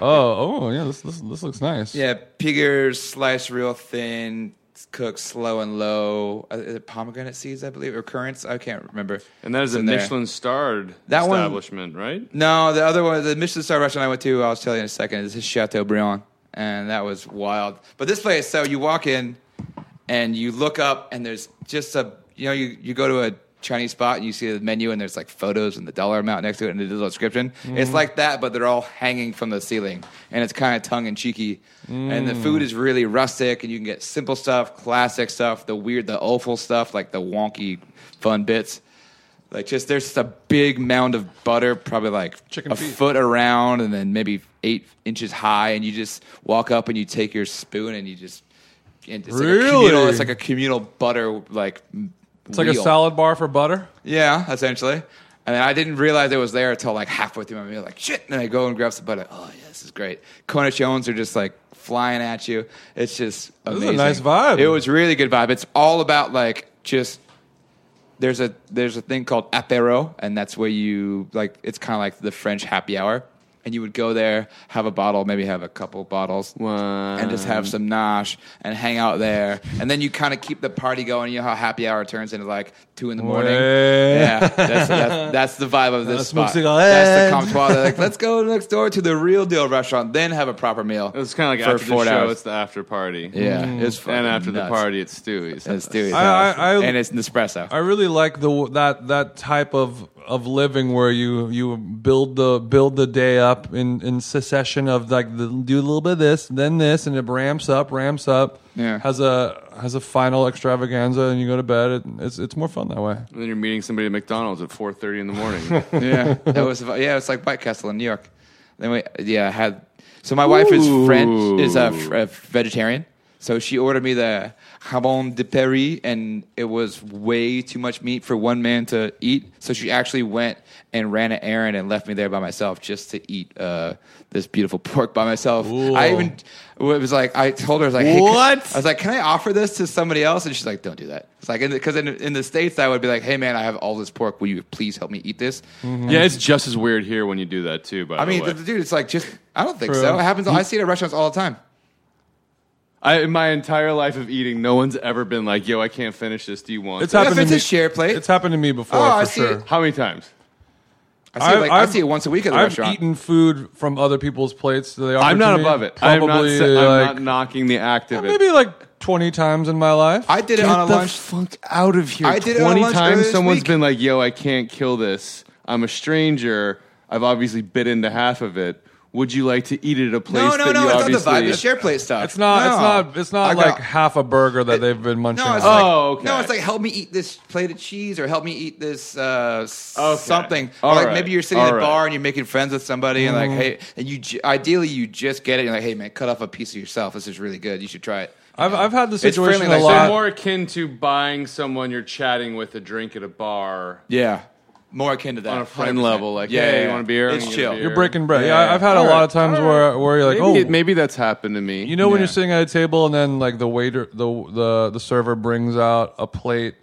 oh, yeah. This this, this looks nice.
yeah, pig ear sliced real thin, cooked slow and low. Uh, Is it pomegranate seeds, I believe, or currants? I can't remember.
And that is
It's
a
in there.
Michelin starred
That one-
establishment, right?
No, the other one, the Michelin star restaurant I went to, I'll tell you in a second, is Chateaubriand, and that was wild. But this place, so you walk in and you look up, and there's just a, you know, you, you go to a Chinese spot and you see the menu and there's like photos and the dollar amount next to it and the little description.
Mm.
It's like that, but they're all hanging from the ceiling and it's kind of tongue in cheeky. And the
Mm.
food is really rustic and you can get simple stuff, classic stuff, the weird, the awful stuff, like the wonky fun bits. Like just there's just a big mound of butter, probably like
Chicken
a
feet.
foot around and then maybe eight inches high, and you just walk up and you take your spoon and you just and it's like
Really?
a communal it's like a communal butter like
It's like a salad bar for butter.
Yeah, essentially. And then I didn't realize it was there until like halfway through my meal, like shit. And I go and grab some butter. Oh yeah, this is great. Cornish Owens are just like flying at you. It's just
is a
amazing.
nice vibe.
It was really good vibe. It's all about like just there's a there's a thing called apéro, and that's where you like it's kind of like the French happy hour, and you would go there, have a bottle, maybe have a couple bottles, and just have some nosh and hang out there, and then you kind of keep the party going. You know how happy hour turns into like two in the morning.
Ouais.
Yeah, that's, that's, that's the vibe of this
smoke
spot.
cigarettes.
That's the comptoir. They're like, let's go next door to the real deal restaurant, then have a proper meal.
It's kind of like
for
after
four
the show,
hours.
it's the after party.
yeah, it's fucking
and after
nuts.
the party, it's Stewie's.
It's Stewie's
I-
house.
I- I-
and it's Nespresso.
I really like the that that type of of living where you you build the build the day up in in succession of like the, do a little bit of this, then this, and it ramps up, ramps up.
Yeah.
Has a has a final extravaganza, and you go to bed. It, it's it's more fun that way.
And then you're meeting somebody at McDonald's at 4:30 in the morning.
yeah, that was yeah. It's like White Castle in New York. Then we yeah I had. So my wife is French, is a, fr- a vegetarian. So she ordered me the jabon de Paris, and it was way too much meat for one man to eat. So she actually went and ran an errand and left me there by myself just to eat uh, this beautiful pork by myself. I even it was like I told her I was like, hey, can-
What?
I was like, can I offer this to somebody else? And she's like, don't do that. It's like because in, in the states I would be like, hey man, I have all this pork. Will you please help me eat this?
yeah, it's just as weird here when you do that too. By
I
the
mean,
way,
th- dude, it's like just I don't think
True.
so. It happens. I see it at restaurants all the time.
I, in my entire life of eating, no one's ever been like, "Yo, I can't finish this. Do you want?"
It's
it?"
Yeah,
happened
if it's
to
a
me.
share plate.
It's happened to me before
Oh,
for
I see
sure.
it.
How many times?
I see, it, like, I
I've-
see it once a week at the
I've
restaurant.
eaten food from other people's plates. that They offer
I'm
to
not
me.
above it. I'm not,
Probably
sa-
like
I'm not knocking the act of it.
maybe like twenty times in my life.
I did it on a
the
lunch.
fuck out of here.
I did it on
20
lunch earlier
times
this
someone's
week.
been like, yo, I can't kill this. I'm a stranger. I've obviously bit into half of it. Would you like to eat it at a place
no, no,
that
no.
you
It's not the
obviously...
vibe. It's share plate stuff.
it's not. It's
No.
not. It's
I
not
got-
like half a burger that they've been munching.
No, it's
on.
like,
Oh, okay.
no, it's like help me eat this plate of cheese or help me eat this uh, s-
Okay.
something.
All
or like
right.
maybe you're sitting at
All
a
right.
bar and you're making friends with somebody and like
Mm.
hey, and you j- ideally you just get it. And you're like hey man, cut off a piece of yourself. This is really good. You should try it.
I've I've had the
It's friendly,
situation a
like,
So
lot.
more akin to buying someone you're chatting with a drink at a bar.
Yeah, more akin to that
On a friend
100%.
level, like, hey, you want a beer?
It's
You want a
chill.
beer?
you're breaking bread. Yeah,
Yeah.
I- I've had a
All
lot
right.
of times
All
where where you're like,
maybe,
oh,
maybe that's happened to me.
you know, when
Yeah.
you're sitting at a table and then like the waiter, the the the server brings out a plate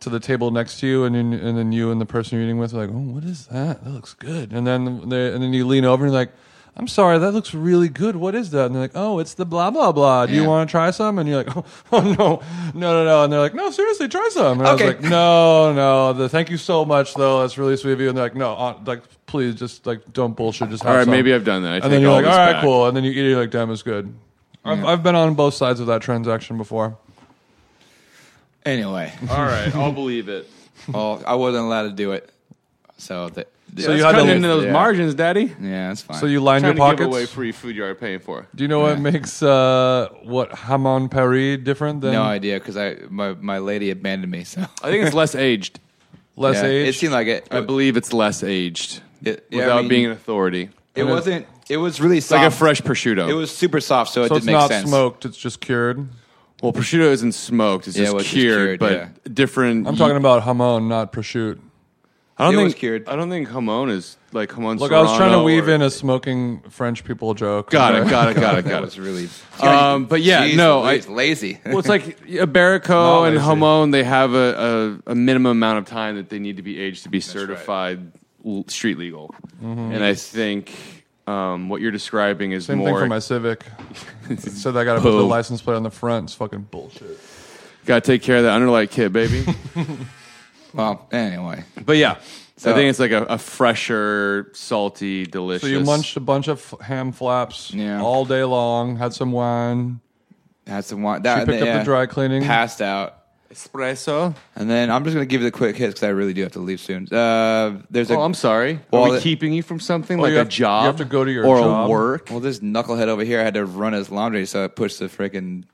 to the table next to you, and then, and then you and the person you're eating with are like, oh, what is that? That looks good. And then they, and then you lean over and you're like. I'm sorry, that looks really good. What is that? And they're like, oh, it's the blah, blah, blah. Do you
Yeah.
want to try some? And you're like, oh, oh, no, no, no, no. And they're like, no, seriously, try some. And I
Okay.
was like, no, no, the, thank you so much, though. That's really sweet of you. And they're like, no, uh, like, please, just like, don't bullshit. Just have
All right,
some."
maybe I've done that. I
and then
take
you're
all
like, all
this
right,
back.
cool. And then you eat it you're like, damn, it's good. I've, I've been on both sides of that transaction before.
Anyway,
All right, I'll believe it.
well, I wasn't allowed to do it, so that.
So you
It's
had
cutting
to-
into those
yeah.
margins, Daddy.
Yeah, that's fine.
So you line your
Trying to give away
pockets.
free food you are paying for.
Do you know what makes uh, what Hamon Paris different than
no idea because I my, my lady abandoned me. So
I think it's less aged.
less
Yeah,
age?
it seemed like it.
I believe it's less aged
It- yeah, I
without
mean,
being an authority.
it wasn't. It was really
It's
soft.
like a fresh prosciutto.
It was super soft, so, it
so
did
it's
make
not
sense.
smoked; it's just cured.
well, prosciutto isn't smoked; it's
Yeah, it
just
was just
cured,
cured,
but
yeah.
different.
I'm talking about Hamon, not prosciutto.
I don't
It
think
was cured.
I don't think jamon is like jamon.
Look, I was trying to
serrano
weave
or-
in a smoking French people joke.
Got it. Got it. Got it.
That
Got
was
it.
really.
Um, but yeah,
Jeez,
no, I-
it's lazy.
Well, it's like Iberico
Not
and
lazy.
jamon. They have a, a, a minimum amount of time that they need to be aged to be certified l- street legal, and I think. Um, what you're describing is
Mm-hmm. Same thing
more
for my Civic. It said I got to put the
Oh.
Boo.
license plate on the front. It's fucking bullshit.
gotta take care of that underlight kid, baby.
Well, anyway,
But yeah,
So-
I think it's like a, a fresher, salty, delicious.
So you munched a bunch of f- ham flaps
Yeah.
all day long. Had some wine.
had some wine. That,
She picked up
Uh,
yeah.
the dry cleaning.
Passed out.
Espresso.
And then I'm just going to give you the quick hits because I really do have to leave soon. Uh, there's a
Oh, I'm sorry.
Well,
Are we
it-
keeping you from something
Well,
like
you
a
have- you
job?
have to go to your
or
job.
a work.
Well, this knucklehead over here had to run his laundry, so I pushed the freaking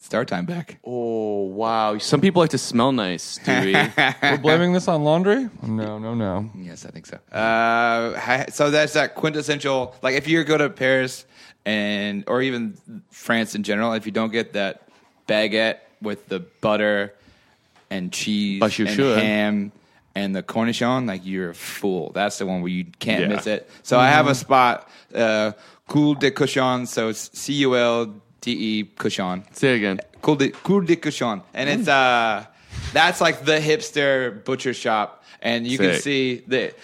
start time back.
Oh wow! Some people like to smell nice, Dewey.
We're blaming this on laundry? No, no, no.
Yes, I think so. Uh, ha- so that's that quintessential. Like, if you go to Paris and or even France in general, if you don't get that baguette with the butter and cheese
But you
and
should.
ham and the cornichon, like you're a fool. That's the one where you can't
Yeah.
miss it. So I have a spot, uh, Cool de Cochon. So it's C U L D E Cochon.
Say again.
Cool de, cool de Cochon. And it's uh that's like the hipster butcher shop. And you can
Sick.
see that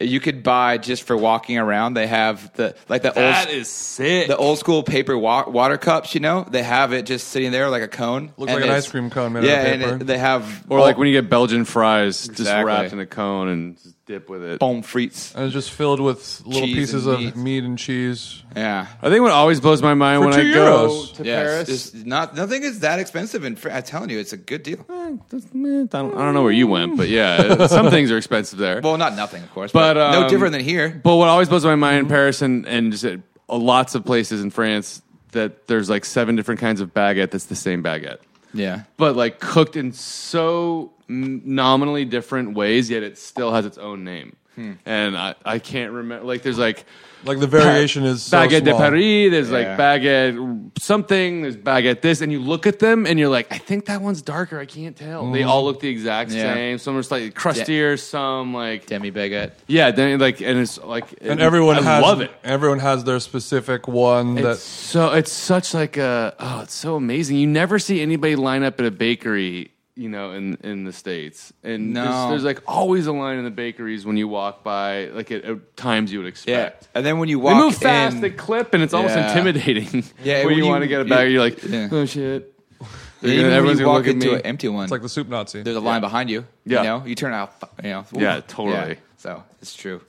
you could buy just for walking around. They have the like the
That
old
is sick.
the old school paper wa- water cups, you know? They have it just sitting there like a cone.
Looks
And
like an
it's-
ice cream cone made out of
yeah, and
paper.
it- they have
or like when you get Belgian fries just
Exactly.
wrapped in a cone and just dip with it.
bomb frites.
And it's just filled with little
Cheese
pieces
and
of
meat.
meat and cheese.
Yeah.
I think what always blows my mind
For
when
two
I go
euros.
to
Yeah,
Paris.
it's it's not nothing is that expensive, and I'm telling you, it's a good deal.
Eh, just, eh, I don't, I don't know where you went, but yeah, some things are expensive there.
Well, not nothing, of course, but,
but um,
no different than here.
But what always blows my
Mm-hmm.
mind in Paris and and just at uh, lots of places in France that there's like seven different kinds of baguette that's the same baguette,
Yeah,
but like cooked in so n- nominally different ways, yet it still has its own name.
Hmm.
And I, I can't remember like there's like
Like the variation is so
baguette
small.
de Paris. There's like
Yeah.
baguette something. There's baguette this, and you look at them and you're like, I think that one's darker. I can't tell.
Mm.
They all look the exact
Yeah.
same. Some are slightly crustier. Some like
demi baguette.
yeah, then like and it's like
And everyone
I
has
love it.
Everyone has their specific one
It's
that
so it's such like a oh, it's so amazing. You never see anybody line up at a bakery. You know, in in the states, and
No.
there's, there's like always a line in the bakeries when you walk by, like at, at times you would
Yeah,
expect.
and then when you
They
walk,
move fast,
in-
they clip, and it's almost
Yeah.
intimidating.
Yeah,
when
when
you,
you-
want to get it back,
you-
you're like,
yeah.
oh shit.
Yeah,
They're
even
gonna-
when
everyone's
you
gonna
walk
look at
into
me.
an empty one,
it's like the soup Nazi.
there's a line behind you.
Yeah.
You know, you turn out. fu- You know. ooh.
Yeah, totally.
so it's true.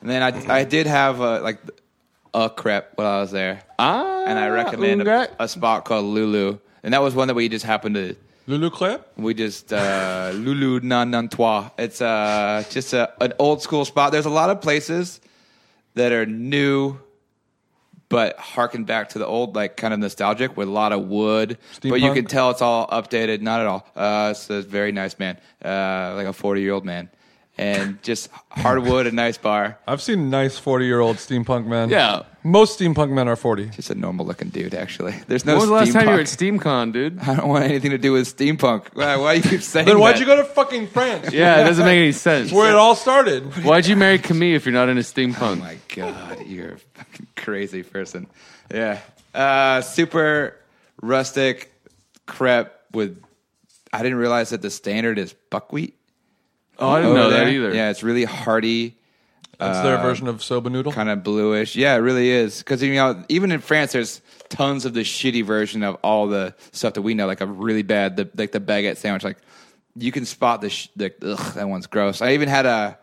And then I, I did have uh like a crepe while I was there,
Ah,
and I recommend
okay.
a, a spot called Lulu, and that was one that we just happened to.
Lulu crepe?
We just uh, Lulu non non toi. It's uh, just a, an old school spot. There's a lot of places that are new, but harken back to the old, like kind of nostalgic with a lot of wood. But you
Steampunk?
can tell it's all updated. Not at all. Uh, it's a very nice man, uh, like a 40 year old man, and just hardwood, a nice bar.
I've seen nice 40 year old steampunk men.
Yeah.
Most steampunk men are 40.
Just a normal looking dude, actually. There's no.
When was the last time you were
steampunk.
at SteamCon, dude?
I don't want anything to do with steampunk. Why, why you keep saying
Then why'd
that?
you go to fucking France?
Yeah, it doesn't make any sense.
Where it all started.
Why'd you marry Camille if you're not into
Oh
steampunk?
my god, you're a fucking crazy person. Yeah. Uh super rustic crepe with I didn't realize that the standard is buckwheat.
oh, I didn't
over
know
there.
that either.
Yeah, it's really hearty,
That's their
Uh,
version of soba noodle.
kind of bluish. Yeah, it really is. Cuz you know, even in France there's tons of the shitty version of all the stuff that we know like a really bad the, like the baguette sandwich like you can spot the sh- the ugh, that one's gross. I even had a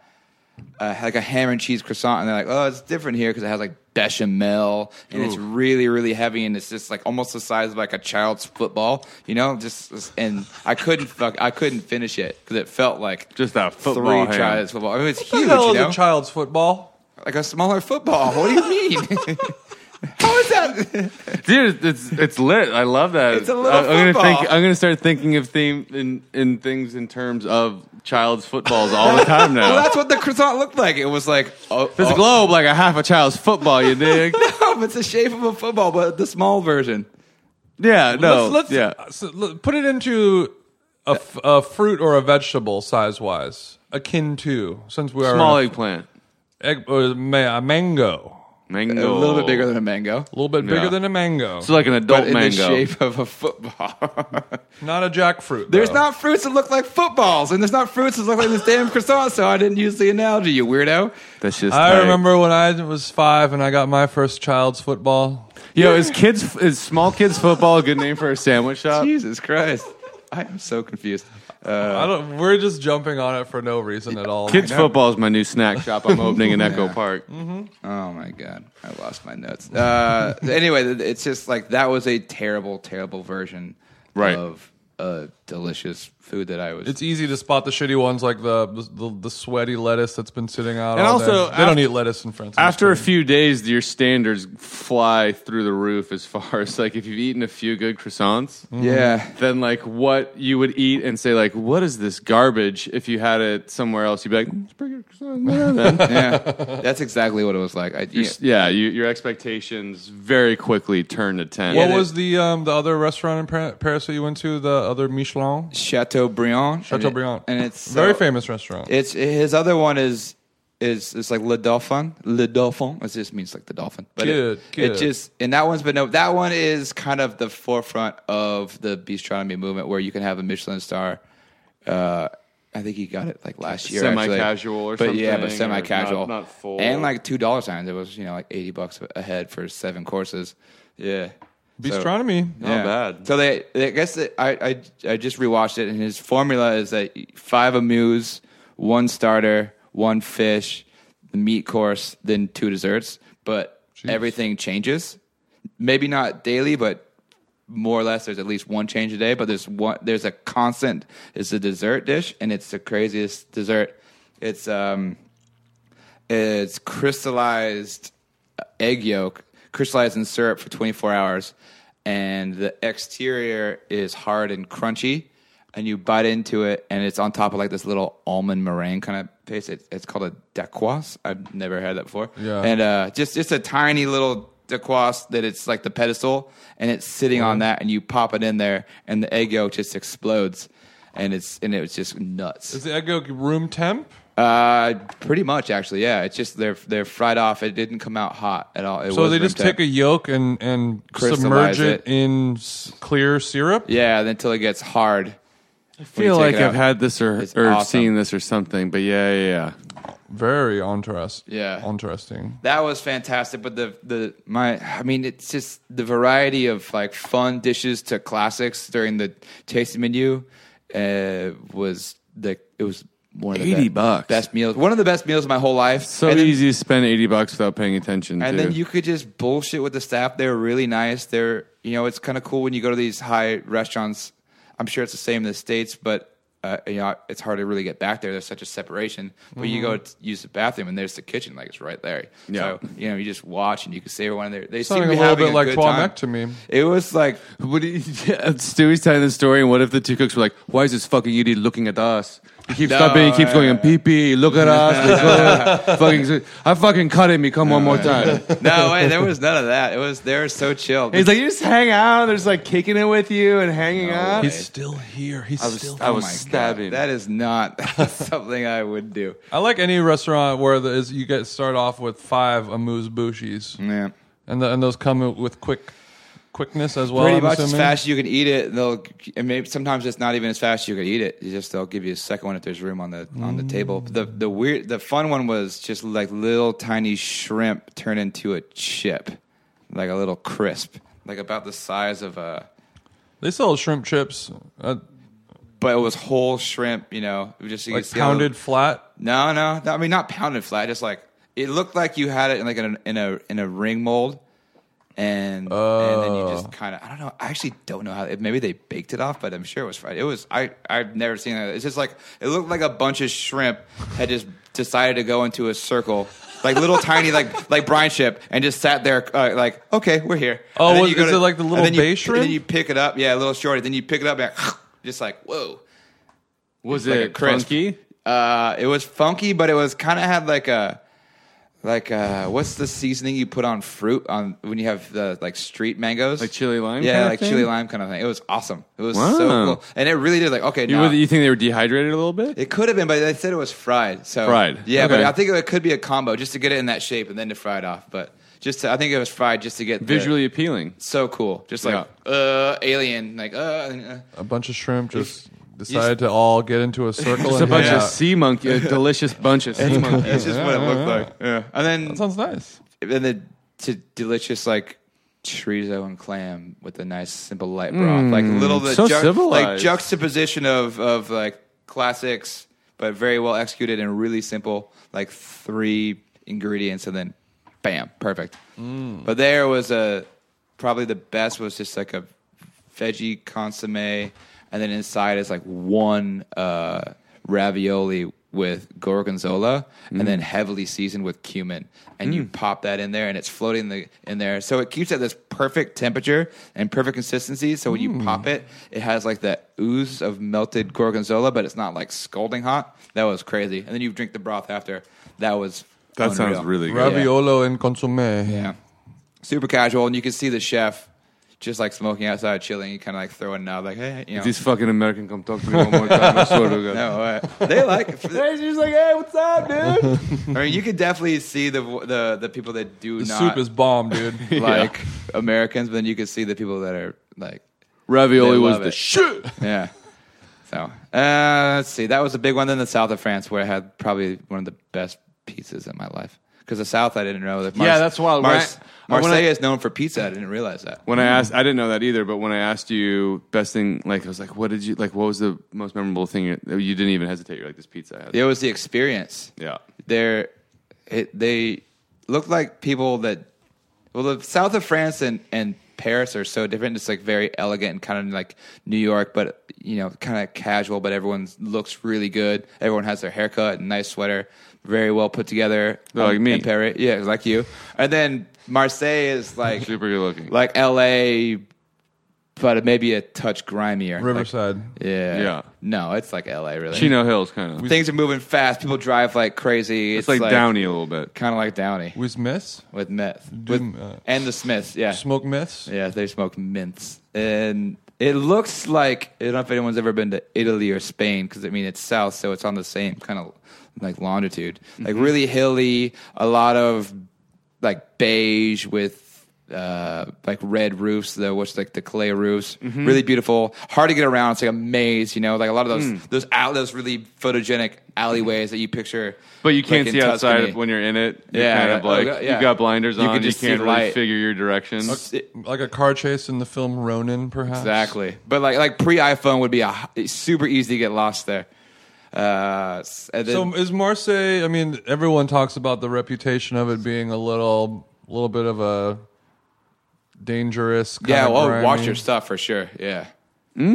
uh, had, like a ham and cheese croissant, and they're like, "Oh, it's different here because it has like bechamel, and it's really, really heavy, and it's just like almost the size of like a child's football, you know?" Just and I couldn't fuck, I couldn't finish it because it felt like
Just a
three
football hand.
tries football. I mean, it's
What
huge,
the hell
you
is
know,
a child's football?
like a smaller football. What do you mean? How is that?
Dude, it's it's lit. I love that.
It's a little
I- I'm
football.
gonna think. I'm gonna start thinking of theme in, in things in terms of child's footballs all the time now.
well, that's what the croissant looked like. It was like oh,
this
oh,
globe like a half a child's football. You dig?
It's the shape of a football, but the small version.
yeah. No.
let's, let's
Oh, yeah.
Uh,
so, l- put it into a, f- a fruit or a vegetable size wise, akin to, since we are
Small e-
an
eggplant.
egg, uh, ma- a mango.
Mango.
A little bit bigger than a mango.
A little bit bigger
Yeah.
than a mango.
It's like an adult
but in
mango.
the shape of a football.
not a jackfruit.
There's
though.
not fruits that look like footballs, and there's not fruits that look like this damn croissant. So I didn't use the analogy, you weirdo.
That's just.
I
like-
remember when I was five and I got my first child's football.
Yo, is kids is small kids football a good name for a sandwich shop?
Jesus Christ, I am so confused. Uh,
I don't. We're just jumping on it for no reason at all.
Kids football is my new snack shop. I'm opening in Echo Park.
oh my god, I lost my notes. Uh, anyway, th- it's just like that was a terrible, terrible version
Right.
of uh, delicious food that I was.
It's easy to spot the shitty ones like the the, the sweaty lettuce that's been sitting out.
And
all
also,
day. they don't
af-
eat lettuce in France.
After a few days, your standards fly through the roof as far as like if you've eaten a few good croissants,
yeah,
then like what you would eat and say like, what is this garbage? If you had it somewhere else, you'd be like, "Mm, it's pretty good croissant. Yeah, then."
yeah. That's exactly what it was like. I,
Your-
yeah.
yeah, you, your expectations very quickly turn to ten.
what
they-
was the um, the other restaurant in Par- Paris that you went to? The other Michelin,
Chateaubriand.
Chateaubriand,
and, it- and it's
very
so-
famous restaurant.
It's his other one is is it's like Le Dauphin. Le Dauphin. It just means like the dolphin. But
Good,
it,
good.
it just and that one's been no that one is kind of the forefront of the bistronomy movement where you can have a Michelin star. Uh I think he got it like last year. actually.
Semi-casual or
but Yeah, but
something, or
semi casual.
not- not full.
And like two dollar signs. It was, you know, like eighty bucks a head for seven courses. Yeah. So-
Bistronomy.
Not bad.
so they, I guess that I, I I just rewatched it, and his formula is that five amuse, one starter, one fish, the meat course, then two desserts. But everything changes. Maybe not daily, but more or less there's at least one change a day. But there's one there's a constant. It's a dessert dish, and it's the craziest dessert. It's um, it's crystallized egg yolk crystallized in syrup for 24 hours and the exterior is hard and crunchy and you bite into it and it's on top of like this little almond meringue kind of paste it, it's called a daquas i've never had that before
Yeah.
and uh, just just a tiny little daquas that it's like the pedestal and it's sitting on that and you pop it in there and the egg yolk just explodes and it's and it was just nuts
Is the egg yolk room temp?
uh, pretty much actually, yeah. It's just they're they're fried off. It didn't come out hot at all. It
So
was
they
room
just
temp.
take a yolk and and
Crystallize
submerge it,
it.
in s- clear syrup.
yeah until it gets hard.
I feel
take
like
it out.
I've had this or,
It's
or
awesome.
seen this or something, but yeah, yeah, yeah.
Very interesting.
Yeah.
interesting.
That was fantastic. But the the my I mean it's just the variety of like fun dishes to classics during the tasting menu uh, was the it was one of the
80
be-
bucks.
best meals. One of the best meals of my whole life.
So
And then-
easy to spend eighty bucks without paying attention.
And
to.
then you could just bullshit with the staff. They're really nice. They're you know it's kind of cool when you go to these high restaurants. I'm sure it's the same in the states, but uh, you know it's hard to really get back there. There's such a separation. But you go to use the bathroom and there's the kitchen, like it's right there.
Yeah.
So you know you just watch and you can see everyone there. They seem to
Sounding
be
a little
having
bit like
good
Tuamek
time.
to me.
It was like
What do you, Stewie's telling the story, and what if the two cooks were like, "Why is this fucking idiot looking at us? He keeps
No,
stopping, he keeps
yeah,
going and pee pee. Look at us, look fucking. I fucking cut him. He come one more time.
no way. There was none of that. It was they were so chill.
He's like, you just hang out. There's like kicking it with you and hanging out.
He's still here. He's still.
I
Oh
was
my God.
stabbing.
That is not something I would do.
I like any restaurant where the, is you get start off with five amuse bouches,
Yeah.
and the, and those come with quick quickness as well.
pretty
I'm
much as
assuming.
fast as you can eat it. They'll and maybe sometimes it's not even as fast as you can eat it. You just they'll give you a second one if there's room on the on the table. The the weird the fun one was just like little tiny shrimp turn into a chip, like a little crisp, like about the size of a.
They sell shrimp chips, uh,
But it was whole shrimp, you know, it was just you could
like
see how-
pounded flat.
No, no, no, I mean not pounded flat. Just like it looked like you had it in like in a in a, in a ring mold, and and then you
Oh.
just kind of I don't know. I actually don't know how. Maybe they baked it off, but I'm sure it was fried. It was I I've never seen that. It's just like it looked like a bunch of shrimp had just decided to go into a circle. Like little tiny, like like brine ship, and just sat there, uh, like okay, we're here.
Oh,
And then
was-
you go
is it like the
and
little
then you-
bay
And
shrimp?
then you pick it up, yeah, a little shorty. Then you pick it up, and just like whoa,
was
like a
it
crisp.
cranky?
uh, it was funky, but it was kind of had like a like uh what's the seasoning you put on fruit on when you have the like street mangoes,
Like chili lime
yeah,
kinda
like
thing?
chili lime kind of thing. It was awesome. It was so
Wow.
cool, and it really did like okay.
You,
now-
were- you think they were dehydrated a little bit?
it could have been, but they said it was fried. So
Fried.
yeah.
Okay.
But I think it could be a combo just to get it in that shape and then to fry it off. But just to, I think it was fried just to get the-
Visually appealing.
so cool. Just like uh, alien, like uh, uh.
A bunch of shrimp just decided to all get into a circle.
Just
and
a bunch
hang
of
out.
sea monkey, a delicious bunch of sea monkeys.
It's just what it looked like. Yeah, and then
That sounds nice.
and the to delicious like chorizo and clam with a nice simple light broth, like a little the
Mm, so
like
civilized.
juxtaposition of of like classics, but very well executed and really simple, like three ingredients and then bam, perfect. But there was a probably the best was just like a veggie consomme. and then inside is like one uh, ravioli with gorgonzola,
Mm-hmm.
and then heavily seasoned with cumin, and
Mm.
you pop that in there, and it's floating in, the, in there, so it keeps at this perfect temperature and perfect consistency. So when
Mm.
you pop it, it has like that ooze of melted gorgonzola, but it's not like scalding hot. That was crazy, and then you drink the broth after. That was
That sounds
unreal.
really good.
Raviolo and consomme.
Yeah. Super casual, and you can see the chef just like smoking outside, chilling. You kind of like throw a nod, like, hey, you know.
These fucking American come talk to me one more time. I swear to God.
no, uh, they like. They're just like, hey, what's up, dude? I mean, you can definitely see the the the people that do
The
not
soup is bomb, dude.
like Americans, but then you can see the people that are like,
Ravioli
They
was
love
the
it.
shit.
yeah. So uh, let's see. That was a big one. Then the south of France, where I had probably one of the best pizzas in my life. Because the south, I didn't know that.
Yeah, that's wild. When
Mars-
I- when I-
Marseille is known for pizza. I didn't realize that.
When I asked, I didn't know that either. But when I asked you, best thing, like I was like, what did you like? What was the most memorable thing? You, you didn't even hesitate. You're like, this pizza. I had.
It was the experience.
Yeah.
they're it, they look like people that well the south of france and and paris are so different it's like very elegant and kind of like new york but you know kind of casual but everyone looks really good everyone has their haircut and nice sweater very well put together
They're like
Um,
me.
in paris yeah like you and then marseille is like
Super good looking.
like la but maybe a touch grimier
Riverside.
Like- yeah
Yeah.
no it's like la really
Chino Hills, kind of.
things are moving fast people drive like crazy
It's like, downy a little bit.
kind of like Downey
With myths?
with meth with,
Doom, uh,
and the Smiths. Yeah,
Smoke myths?
yeah, they smoke mints, and it looks like I don't know if anyone's ever been to Italy or Spain because I mean it's south, so it's on the same kind of like longitude, like
Mm-hmm.
really hilly, a lot of like beige with. Uh, like red roofs, the what's like the clay roofs,
Mm-hmm.
really beautiful. Hard to get around. It's like a maze, you know. Like a lot of those
Mm.
those out those really photogenic alleyways that you picture.
But you can't
like, in
see outside
Tuscany.
when you're in it. You're
Yeah,
kind of
right.
like
Oh, yeah.
you've got blinders
You
on.
can
you
just see
can't really
light.
figure your direction.
It-
Like a car chase in the film Ronin, perhaps?
Exactly. But like like pre iPhone would be a h- super easy to get lost there. Uh, s- and then,
So is Marseille? I mean, everyone talks about the reputation of it being a little, little bit of a dangerous. Kind
yeah,
of
well,
grimy.
watch your stuff for sure. Yeah.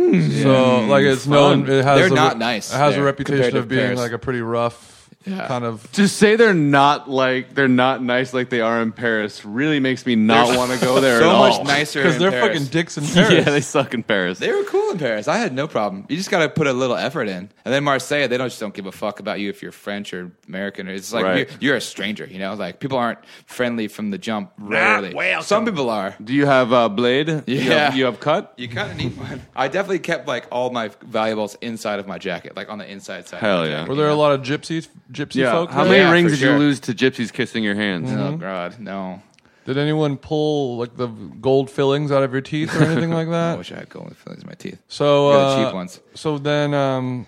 So like it's known. It has
They're
a re-
not nice
It has a
there compared
reputation
to
of being
Paris.
like a pretty rough kind of.
Just say they're not like they're not nice like they are in Paris. Really makes me not want to go there
so
at
much
all.
nicer
Because
in
they're
Paris.
fucking dicks in Paris.
Yeah, they suck in Paris.
They were cool in Paris. I had no problem. You just got to put a little effort in. And then Marseille, they don't just don't give a fuck about you if you're French or American. It's like
Right.
you're, you're a stranger. You know, like people aren't friendly from the jump. Rarely. Some people are.
Do you have uh, blade? Yeah, you have,
Yeah.
you have cut.
You kind of need one. I definitely kept like all my valuables inside of my jacket, like on the inside side. of my
Hell yeah.
jacket,
Were
you
there
know?
a lot of gypsy, gypsy folk?
How
there?
many
Yeah,
rings
for
did you
sure.
lose to gypsies kissing your hands?
Oh God, no!
Did anyone pull like the gold fillings out of your teeth or anything like
I
that?
wish I had golden fillings in my teeth.
So
Got the
uh,
cheap ones.
So then, um,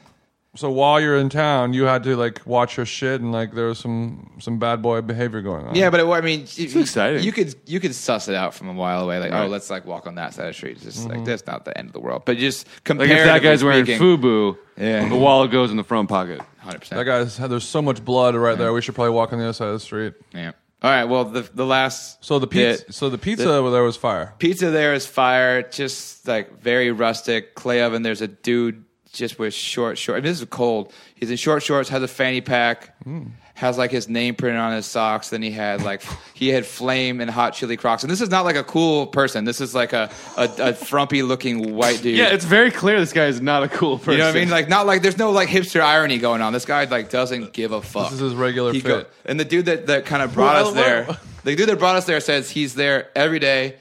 so while you're in town, you had to like watch your shit, and like there was some some bad boy behavior going on.
Yeah, but it, I mean, it's
exciting.
You could you could suss it out from a mile away, like
Right.
oh, let's like walk on that side of the street. It's just like that's not the end of the world. But just
Like
compare
if that guy's wearing
speaking,
FUBU,
Yeah.
the wallet goes in the front pocket.
hundred
that
percent.
guy's there's so much blood right there. We should probably walk on the other side of the street.
Yeah. All right. Well, the the last
So the pizza,
bit-
so the pizza well, there was fire.
pizza there is fire, just like very rustic clay oven. There's a dude just with short shorts. I mean, this is cold. He's in short shorts, has a fanny pack,
Hmm.
has like his name printed on his socks. Then he had like he had flame and hot chili crocs. And this is not like a cool person. This is like a a, a frumpy looking white dude.
Yeah, it's very clear this guy is not a cool person.
You know what I mean? Like not like there's no like hipster irony going on. This guy like doesn't give a fuck.
This is his regular
He
fit.
and the dude that, that kind of brought
Well,
us
well,
there,
well.
the dude that brought us there says he's there every day.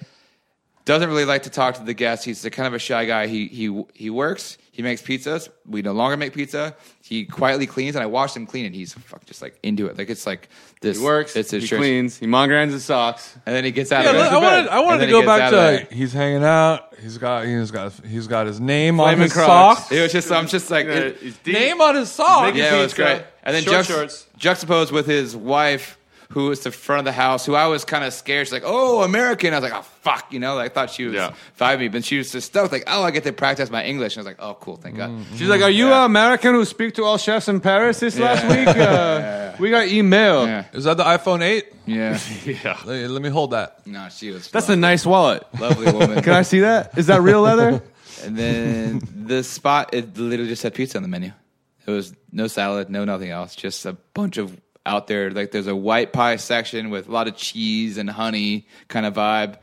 Doesn't really like to talk to the guests. He's the kind of a shy guy. He he he works. He makes pizzas. We no longer make pizza. He quietly cleans, and I watched him clean, and he's fuck, just like into it. Like it's like this
he works,
It's
he
his church.
cleans, he mongrels his socks.
and then he gets out
Yeah,
of
look,
it.
I wanted, I wanted
And
to
then
go
he gets
back
out of
to
there.
he's hanging out. He's got he's got he's got his name on
Flaming
his
Crocs.
socks.
It was just I'm just like it-
Name on his sock.
Making
yeah, it was
pizza,
great. And then
short
juxt-
shorts.
juxtaposed with his wife, who was the front of the house, who I was kind of scared. She's like, "Oh, American." I was like, "Oh, fuck," you know. Like, I thought she was
Yeah.
vibing, me, but she was just stoked. Like, "Oh, I get to practice my English." And I was like, "Oh, cool, thank God."
Mm-hmm. She's like, "Are you
Yeah.
an American who speak to all chefs in Paris this last week? Uh, We got email.
Yeah,
Is that the iPhone eight?
yeah.
Let, let me hold that.
no, she was.
That's a nice wallet.
lovely woman.
Can I see that? Is that real leather?
And then the spot, it literally just had pizza on the menu. It was no salad, no nothing else, just a bunch of out there. Like there's a white pie section with a lot of cheese and honey kind of vibe.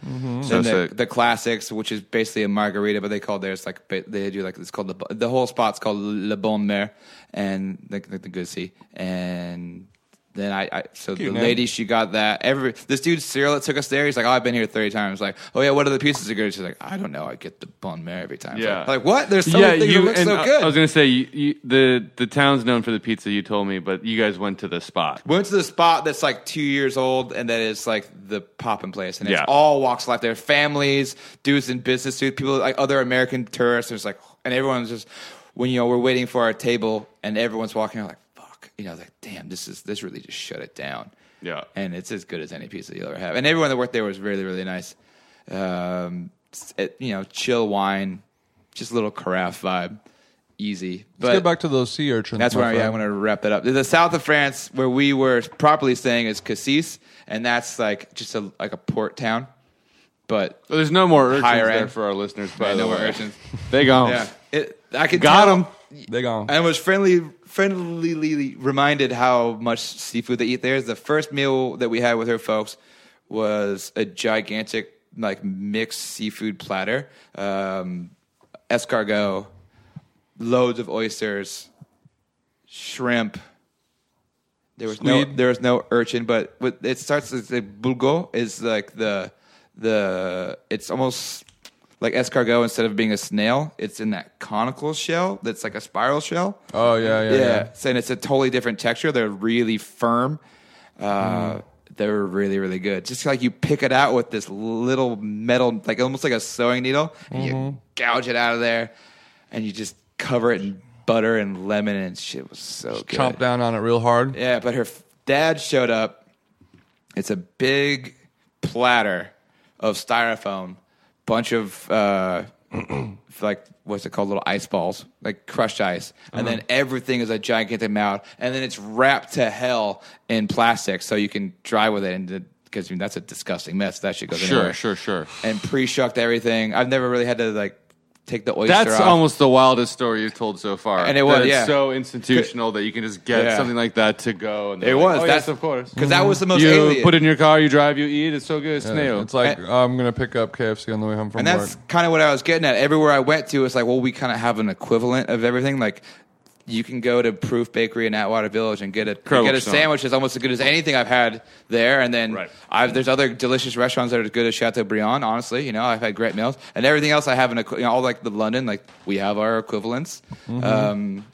So
Then the,
sick.
the classics, which is basically a margarita, but they call theirs like ba- they do like it's called the the whole spot's called Le Bon Mer and like like the good sea and. Then I, I so the
name.
lady she got that every this dude Cyril that took us there he's like oh I've been here thirty times like oh yeah what are the pieces that are good she's like I don't know I get the bon mer every time It's
Yeah.
like, like, what there's so many things that look
and
so
I-
good
I was gonna say you, you, the the town's known for the pizza. You told me, but you guys went to the spot.
We went to the spot that's like two years old and that is like the poppin' place. And it's
Yeah.
all walks of life. There are families, dudes in business suits, people like other American tourists. There's like, and everyone's just, when you know, we're waiting for our table and everyone's walking out like, fuck. You know, like, damn, this is, this really just shut it down.
Yeah.
And it's as good as any pizza you'll ever have. And everyone that worked there was really, really nice. Um, s- it- you know, chill wine, just a little carafe vibe, easy.
Let's get back to those sea urchins.
That's
my
where yeah, I
friend.
want to wrap that up. The south of France, where we were properly staying, is Cassis, and that's like just a like a port town. But
Well, there's no more urchins
Higher
there
end.
for our listeners. By
Yeah,
the
no
way,
more urchins.
they gone.
yeah, it, I could
Got
tell-
'em.
They gone.
I was friendly, friendly reminded how much seafood they eat there. The first meal that we had with her folks was a gigantic like mixed seafood platter, um, escargot, loads of oysters, shrimp. There was no
Squid.
there was no urchin, but what- it starts as a bulgo is like the the it's almost like escargot instead of being a snail, it's in that conical shell that's like a spiral shell.
Oh yeah, yeah, yeah.
So, and it's a totally different texture. They're really firm. Uh,
Mm.
They're really, really good. Just like you pick it out with this little metal, like almost like a sewing needle, and
Mm-hmm.
you gouge it out of there, and you just cover it in butter and lemon, and shit was so good.
Chomp down on it real hard.
Yeah, but her f- dad showed up. It's a big platter of styrofoam, bunch of uh, like what's it called, little ice balls, like crushed ice, and
Uh-huh.
then everything is a gigantic mound, and then it's wrapped to hell in plastic so you can dry with it, and because I mean that's a disgusting mess. That shit goes
Sure,
anywhere.
sure, sure.
And pre-shucked everything. I've never really had to like take the oyster.
That's
off.
almost the wildest story you've told so far.
And it was,
That it's
yeah.
so institutional that you can just get
Yeah.
something like that to go. And
It
they're like,
was.
"Oh,
that's
yes, of course. Mm-hmm.
Because that was the most.
you
alien.
put it in your car, you drive, you eat. It's so good. It's snail.
It's like I'm gonna pick up KFC on the way home from
and
work.
that's kind of what I was getting at. Everywhere I went to, it's like, well, we kind of have an equivalent of everything. Like, you can go to Proof Bakery in Atwater Village and get a
Crow
get a
Stone.
sandwich that's almost as good as anything I've had there. And then
Right.
I've, there's other delicious restaurants that are as good as Chateaubriand. Honestly, you know, I've had great meals and everything else. I have an equi- you know, all like the London, like we have our equivalents. Um,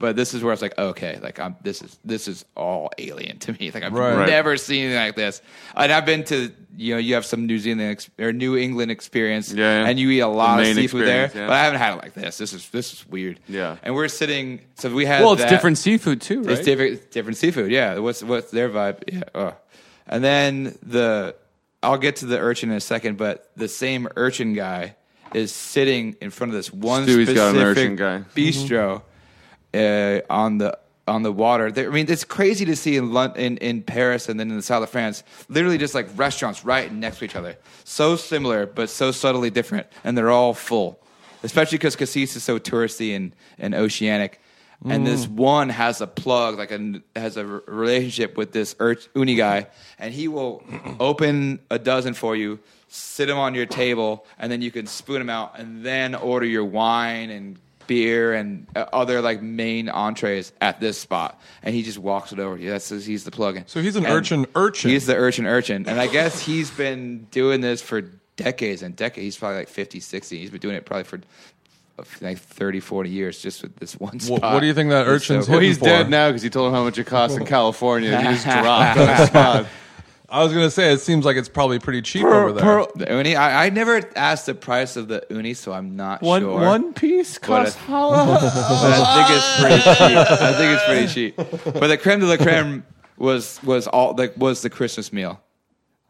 but this is where I was like, okay, like I'm this is this is all alien to me. Like I've
Right. Right.
never seen anything like this. And I've been to you know you have some New Zealand ex- or New England experience,
Yeah, yeah.
and you eat a lot
The
of
main
seafood there,
experience, yeah.
but I haven't had it like this. This is this is weird.
Yeah.
and we're sitting. So we had
well, it's
that.
different seafood too, right?
It's different different seafood. Yeah, what's what's their vibe? Yeah, oh. and then the I'll get to the urchin in a second, but the same urchin guy is sitting in front of this one
Stewie's
specific
got an urchin guy.
bistro uh, on the on the water. There, I mean, it's crazy to see in, Lon- in in Paris and then in the south of France, literally just like restaurants right next to each other, so similar but so subtly different, and they're all full. Especially because Cassis is so touristy and, and oceanic, and
Mm.
this one has a plug, like a has a re- relationship with this ur- uni guy, and he will open a dozen for you, sit them on your table, and then you can spoon them out, and then order your wine and beer and uh, other like main entrees at this spot, and he just walks it over to you. That's he's the plug-in.
So he's an
And
urchin urchin.
He's the urchin urchin, and I guess he's been doing this for decades and decades. He's probably like 50, 60. He's been doing it probably for uh, like 30, 40 years just with this one
Wha-
spot.
what do you think that
It's
urchin's
Well,
hitting
he's
for?
dead now because he told him how much it costs in California. He just dropped on the spot.
I was gonna say it seems like it's probably pretty cheap over there.
The uni, I, I never asked the price of the uni, so I'm not sure.
piece
What costs a-
how
but I think it's pretty cheap. I think it's pretty cheap. But the creme de la creme was was all like was the Christmas meal.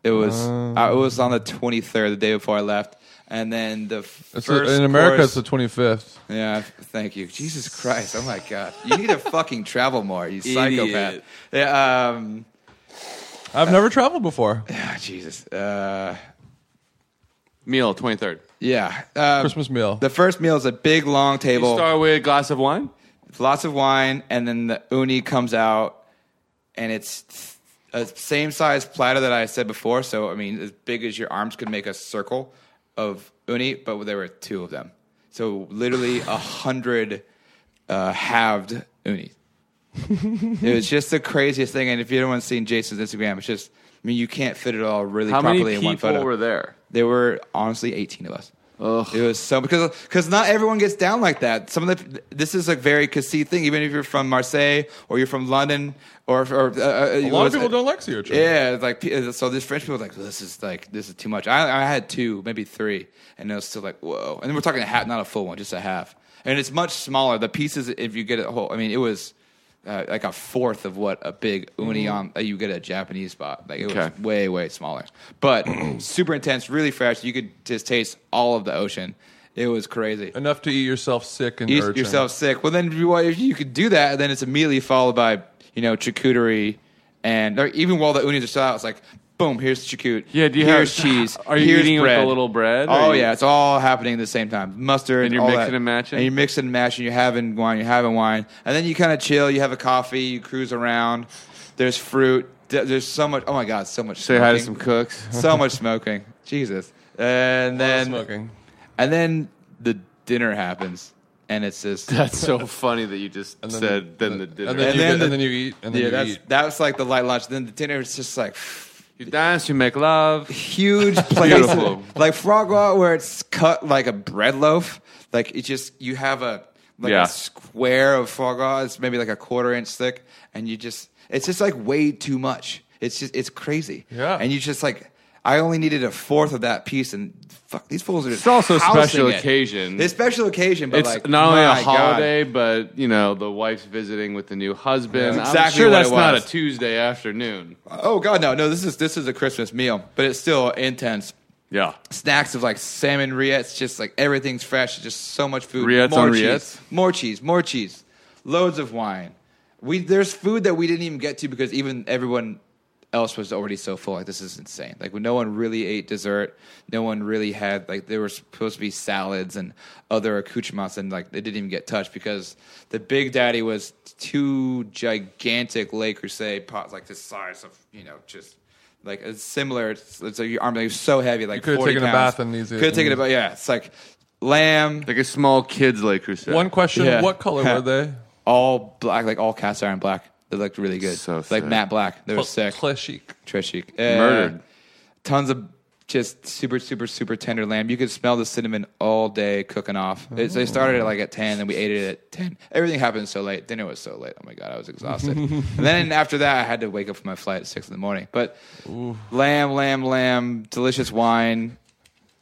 It was
Oh.
I, it was on the 23rd, the day before I left, and then the
It's
first
in America,
course-
it's the 25th.
Yeah, thank you. Jesus Christ. Oh my God. You need to fucking travel more, you psychopath.
Idiot.
Yeah, um,
I've never traveled before.
ah, Jesus. Uh,
meal twenty third.
Yeah. Um,
Christmas meal.
The first meal is a big long
You
table,
start with a glass of wine.
lots of wine, and then the uni comes out, and it's a same size platter that I said before. So I mean, as big as your arms could make a circle of uni, but there were two of them. So literally a hundred uh, halved uni. it was just the craziest thing. And if anyone's seen Jason's Instagram, it's just I mean, you can't fit it all really
How
properly
many
in one photo.
people were there?
There were honestly 18 of us. It was so because because not everyone gets down like that. Some of the this is a very Cassis thing. Even if you're from Marseille or you're from London or, or uh,
A lot of people don't like Sierra Chip.
Yeah, it's like pe- so. This French people are like this is like this is too much. I, I had two, maybe three, and it was still like whoa. And then we're talking a half, not a full one, just a half. And it's much smaller. The pieces, if you get it whole, I mean, it was uh, like a fourth of what a big uni on uh, you get at a Japanese spot. Like it
Okay.
was way way smaller, but super intense, really fresh. You could just taste all of the ocean. It was crazy.
Enough to eat yourself sick and
You
urchin.
yourself sick. Well, then you- if you could do that, then it's immediately followed by you know charcuterie, and or even while the unis are still out, it's like boom, here's charcuterie.
Yeah, do you have-
here's cheese.
are you
here's
eating with
bread.
the little bread, or
Oh
you-
yeah, it's all happening at the same time. Mustard,
And you're
all
mixing
that.
and matching?
and you're mixing and matching. You're having wine, you're having wine, and then you kind of chill. You have a coffee, you cruise around. There's fruit. Th- There's so much. Oh my god, so much.
Say hi to some
smoking.
cooks.
so much smoking. Jesus, and then
smoking.
and then the dinner happens, and it's just
That's so funny that you just
then-
said. Then the dinner.
And then,
And
you,
then
get-
the-
and then you eat. And then
yeah,
you
that's
eat.
that was like the light lunch. Then the dinner is just like
you dance. You make love.
huge plates,
Beautiful.
like frog lot where it's cut like a bread loaf. Like it just you have a like
Yeah.
a square of frog lot. It's maybe like a quarter inch thick, and you just it's just like way too much. It's just it's crazy.
Yeah.
and you just like. I only needed a fourth of that piece, and fuck, these fools are just.
It's also a
housing
special
it.
occasion.
It's special occasion, but
It's
like,
not only a
my God.
holiday, but you know the wife's visiting with the new husband.
That's exactly
I'm sure
what
that's
it
not a
was.
Tuesday afternoon.
Oh God, no, no. This is this is a Christmas meal, but it's still intense.
Yeah,
snacks of like salmon rillettes, just like everything's fresh, just so much food.
Rillettes
more
on
cheese,
rillettes?
more cheese, more cheese, loads of wine. We there's food that we didn't even get to because even everyone else was already so full. Like this is insane. Like no one really ate dessert. No one really had like there were supposed to be salads and other accoutrements and like they didn't even get touched because the big daddy was two gigantic Le Creuset pots like the size of you know just. Like it's similar, it's, it's like your arm like so heavy, like
You could've
40
taken a
pounds.
bath in these- mm.
Could have taken a bath. Yeah, it's like lamb,
like a small kids like crusade.
One question:
Yeah.
What color were they?
all black, like all cast iron black. They looked really good.
So
like
sick.
matte black. They were sick.
Classic.
Trash chic. Uh,
Murdered.
Tons of just super, super, super tender lamb. You could smell the cinnamon all day cooking off. It, they started at like at ten, then we ate it at ten. Everything happened so late. Dinner was so late. Oh my god, I was exhausted. and then after that, I had to wake up for my flight at six in the morning. But lamb, lamb, lamb, delicious wine.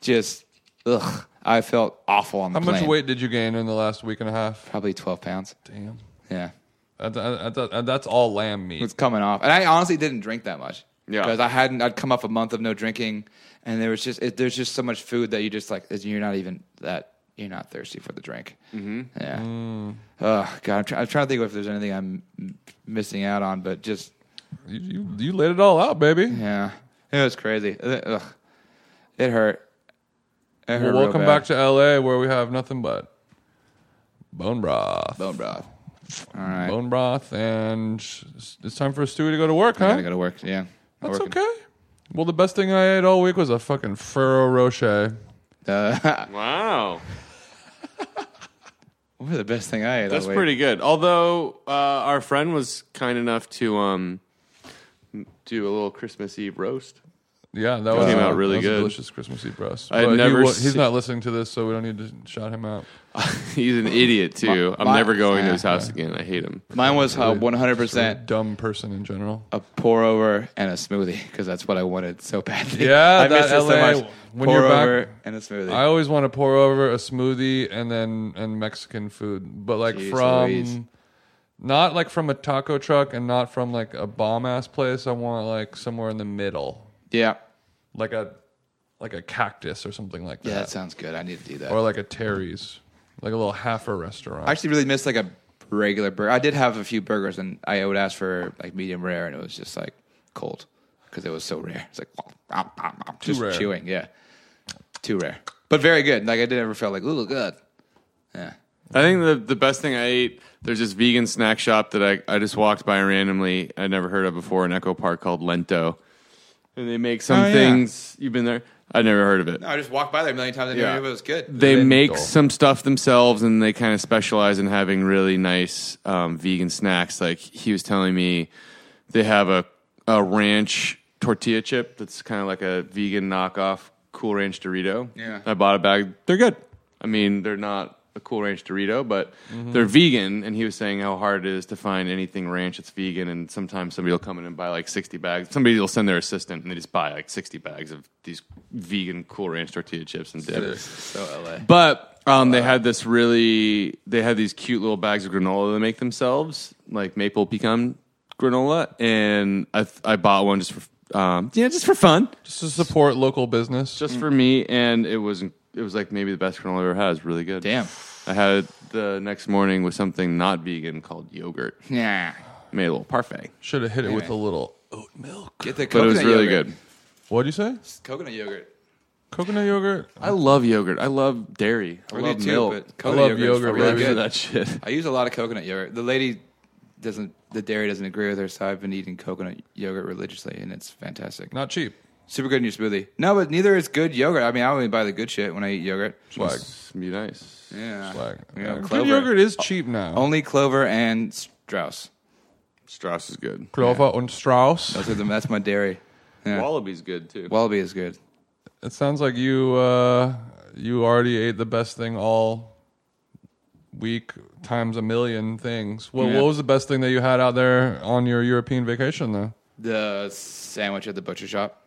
Just ugh, I felt awful on the
How much
plane.
weight did you gain in the last week and a half?
Probably twelve pounds.
Damn.
Yeah.
That- that- that- that- that's all lamb meat.
It's coming off. And I honestly didn't drink that much.
Yeah.
Because I hadn't, I'd come off a month of no drinking, and there was just, it, there's just so much food that you just like, you're not even that, you're not thirsty for the drink. Mm-hmm. Yeah.
Mm.
Oh, God. I'm, try, I'm trying to think if there's anything I'm m- missing out on, but just,
You, you, you laid it all out, baby.
yeah. It was crazy. Ugh. It hurt. It
Well,
hurt real
welcome
bad.
back to LA, where we have nothing but bone broth,
Bone broth. All right.
bone broth, and it's it's time for Stewie to go to work,
I
huh?
gotta go to work. Yeah.
That's
Working.
okay. Well, the best thing I ate all week was a fucking Ferrero Rocher.
Uh,
Wow,
what was the best thing I ate?
that's
all week?
pretty good. Although uh, our friend was kind enough to um, do a little Christmas Eve roast.
Yeah, that was
Came
a-
out really
that was a
good.
delicious Christmas Eve roast.
I had
But he
never
wa- he's
se-
not listening to this, so we don't need to shout him out.
He's an idiot too. I'm
my-
never going to
yeah.
his house again. I hate him.
Mine was uh,
Just a really
100%
dumb person in general.
a pour over and a smoothie because that's what I wanted so badly.
Yeah,
I
that LA when
pour
you're back-
over and a smoothie.
I always want to pour over a smoothie and then and Mexican food, but like
Jeez
from
Louise.
not like from a taco truck and not from like a bomb ass place. I want like somewhere in the middle,
yeah,
like a like a cactus or something like
yeah, that
that,
sounds good. I need to do that.
or like a Terry's, like a little half a restaurant.
I actually really missed like a regular burger. I did have a few burgers and I would ask for like medium rare and it was just like cold because it was so rare. It's like just
rare.
chewing. Yeah, too rare. but very good. Like I did never felt like ooh good. Yeah.
I think the the best thing I ate. There's this vegan snack shop that I, I just walked by randomly. I never heard of before in Echo Park called Lento, and they make some
Oh, yeah.
things. You've been there. I never heard of it.
No, I just walked by there a million times. I
Yeah.
yeah. knew it was good.
They
Lento.
make some stuff themselves, and they kind of specialize in having really nice um, vegan snacks. Like he was telling me, they have a a ranch tortilla chip that's kind of like a vegan knockoff Cool Ranch Dorito.
Yeah.
I bought a bag. They're good. I mean, they're not a Cool Ranch Dorito, but they're vegan. And he was saying how hard it is to find anything ranch that's vegan. And sometimes somebody will come in and buy like 60 bags. Somebody will send their assistant and they just buy like 60 bags of these vegan Cool Ranch tortilla chips and dip.
so LA.
But um, they had this really, they had these cute little bags of granola they make themselves, like maple pecan granola, and I th- I bought one just for um, yeah, just for fun,
Just to support local business.
Mm.
just for me, and it was it was like maybe the best granola I ever had. It was really good.
Damn.
I had it the next morning with something not vegan called yogurt.
Nah.
Made a little parfait,
Should have hit it with a little oat milk.
Get the
but it
coconut
was really
yogurt.
good.
What do you say?
Coconut yogurt.
Coconut yogurt.
I love yogurt. I love dairy. I
I
love
do too,
milk.
but coconut
love
yogurt is
yogurt,
really
baby.
good.
that shit.
I use a lot of coconut yogurt. The lady doesn't, the dairy doesn't agree with her, so I've been eating coconut yogurt religiously, and it's fantastic.
Not cheap.
Super good in your smoothie. No, but neither is good yogurt. I mean, I only buy the good shit when I eat yogurt.
Swag.
Be nice.
Yeah.
Swag.
You
Yeah,
know,
Good
clover.
uh,
Oh,
yogurt is cheap now.
Only clover and Strauss.
Strauss is good.
Clover und Strauss.
Those are the, that's my dairy. Yeah.
Wallaby's good too.
Wallaby is good.
It sounds like you uh, you already ate the best thing all week times a million things. Well,
Yeah.
what was the best thing that you had out there on your European vacation though?
The sandwich at the butcher shop.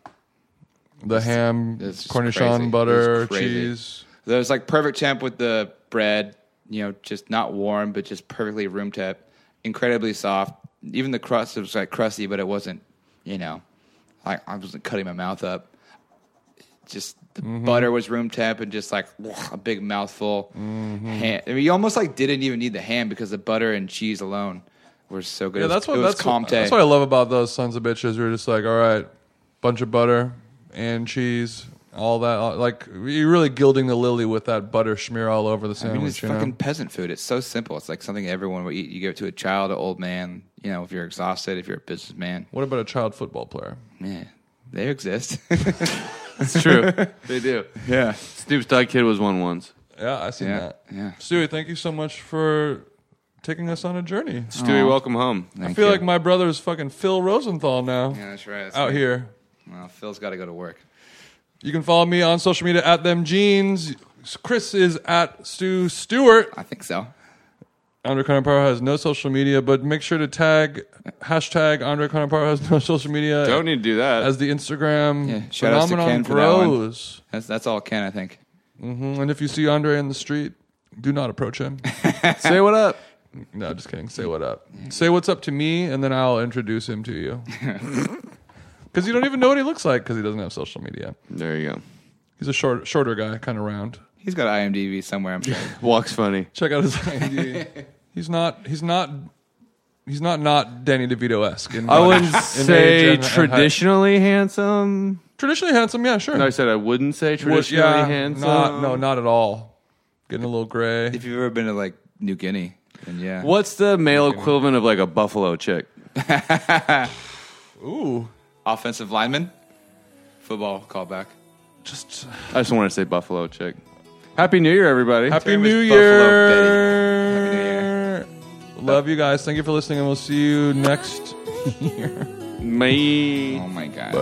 The ham,
it's just
cornichon
crazy. It
butter,
was crazy.
cheese.
There was like perfect temp with the bread, you know, just not warm, but just perfectly room temp, incredibly soft. Even the crust was like crusty, but it wasn't, you know, like I wasn't cutting my mouth up. Just the
Mm-hmm.
butter was room temp and just like a big mouthful.
Mm-hmm.
Ham. I mean, you almost like didn't even need the ham because the butter and cheese alone were so good.
Yeah,
It was-
that's what
it was
that's what,
Comte.
that's what I love about those sons of bitches. We're just like, all right, bunch of butter and cheese, all that. all- Like you're really gilding the lily with that butter smear all over the
I mean, it's
sandwich. you know?
fucking peasant food. It's so simple. It's like something everyone would eat. You give it to a child, an old man. You know, if you're exhausted, if you're a businessman,
What about a child football player?
yeah, they exist.
It's true. they do.
yeah,
Snoop's Dog Kid was one once.
Yeah, I seen
Yeah,
that.
yeah.
Stewie, thank you so much for taking us on a journey.
Stewie, welcome home.
I
Thank
feel
you.
like my brother's fucking Phil Rosenthal now
yeah, that's right. That's
out
right.
here.
Well, Phil's got to go to work.
You can follow me on social media at them jeans. Chris is at Stu Stewart.
I think so.
Andre Conan Power has no social media, but make sure to tag hashtag Andre Conan Power has no social media.
Don't need to do that.
as the Instagram
e- Yeah, shout outs to
phenomenon
Ken for that one.
grows.
That's that's all Ken. I think.
Mhm, And if you see Andre in the street, do not approach him.
Say what up.
no, just kidding. Say what up. Say what's up to me, and then I'll introduce him to you. Because you don't even know what he looks like because he doesn't have social media.
There you go.
He's a short, shorter guy, kind of round.
He's got IMDb somewhere. I'm sure.
Walks funny.
Check out his IMDb. he's not. He's not. He's not not Danny DeVito esque.
I wouldn't
and
say
and height.
traditionally handsome.
Traditionally handsome, yeah, sure.
No, I said I wouldn't say traditionally
yeah,
handsome.
Not, no, not at all. Getting a little gray.
if you've ever been to like New Guinea, then yeah.
What's the male equivalent of like a buffalo chick?
Ooh,
offensive lineman? Football callback.
just uh,
I just want to say buffalo chick. Happy New Year, everybody.
Happy
Term is
New
Buffalo
Year.
Betty. Happy New Year.
Love you guys. Thank you for listening, and we'll see you next.
May.
Oh my god.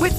With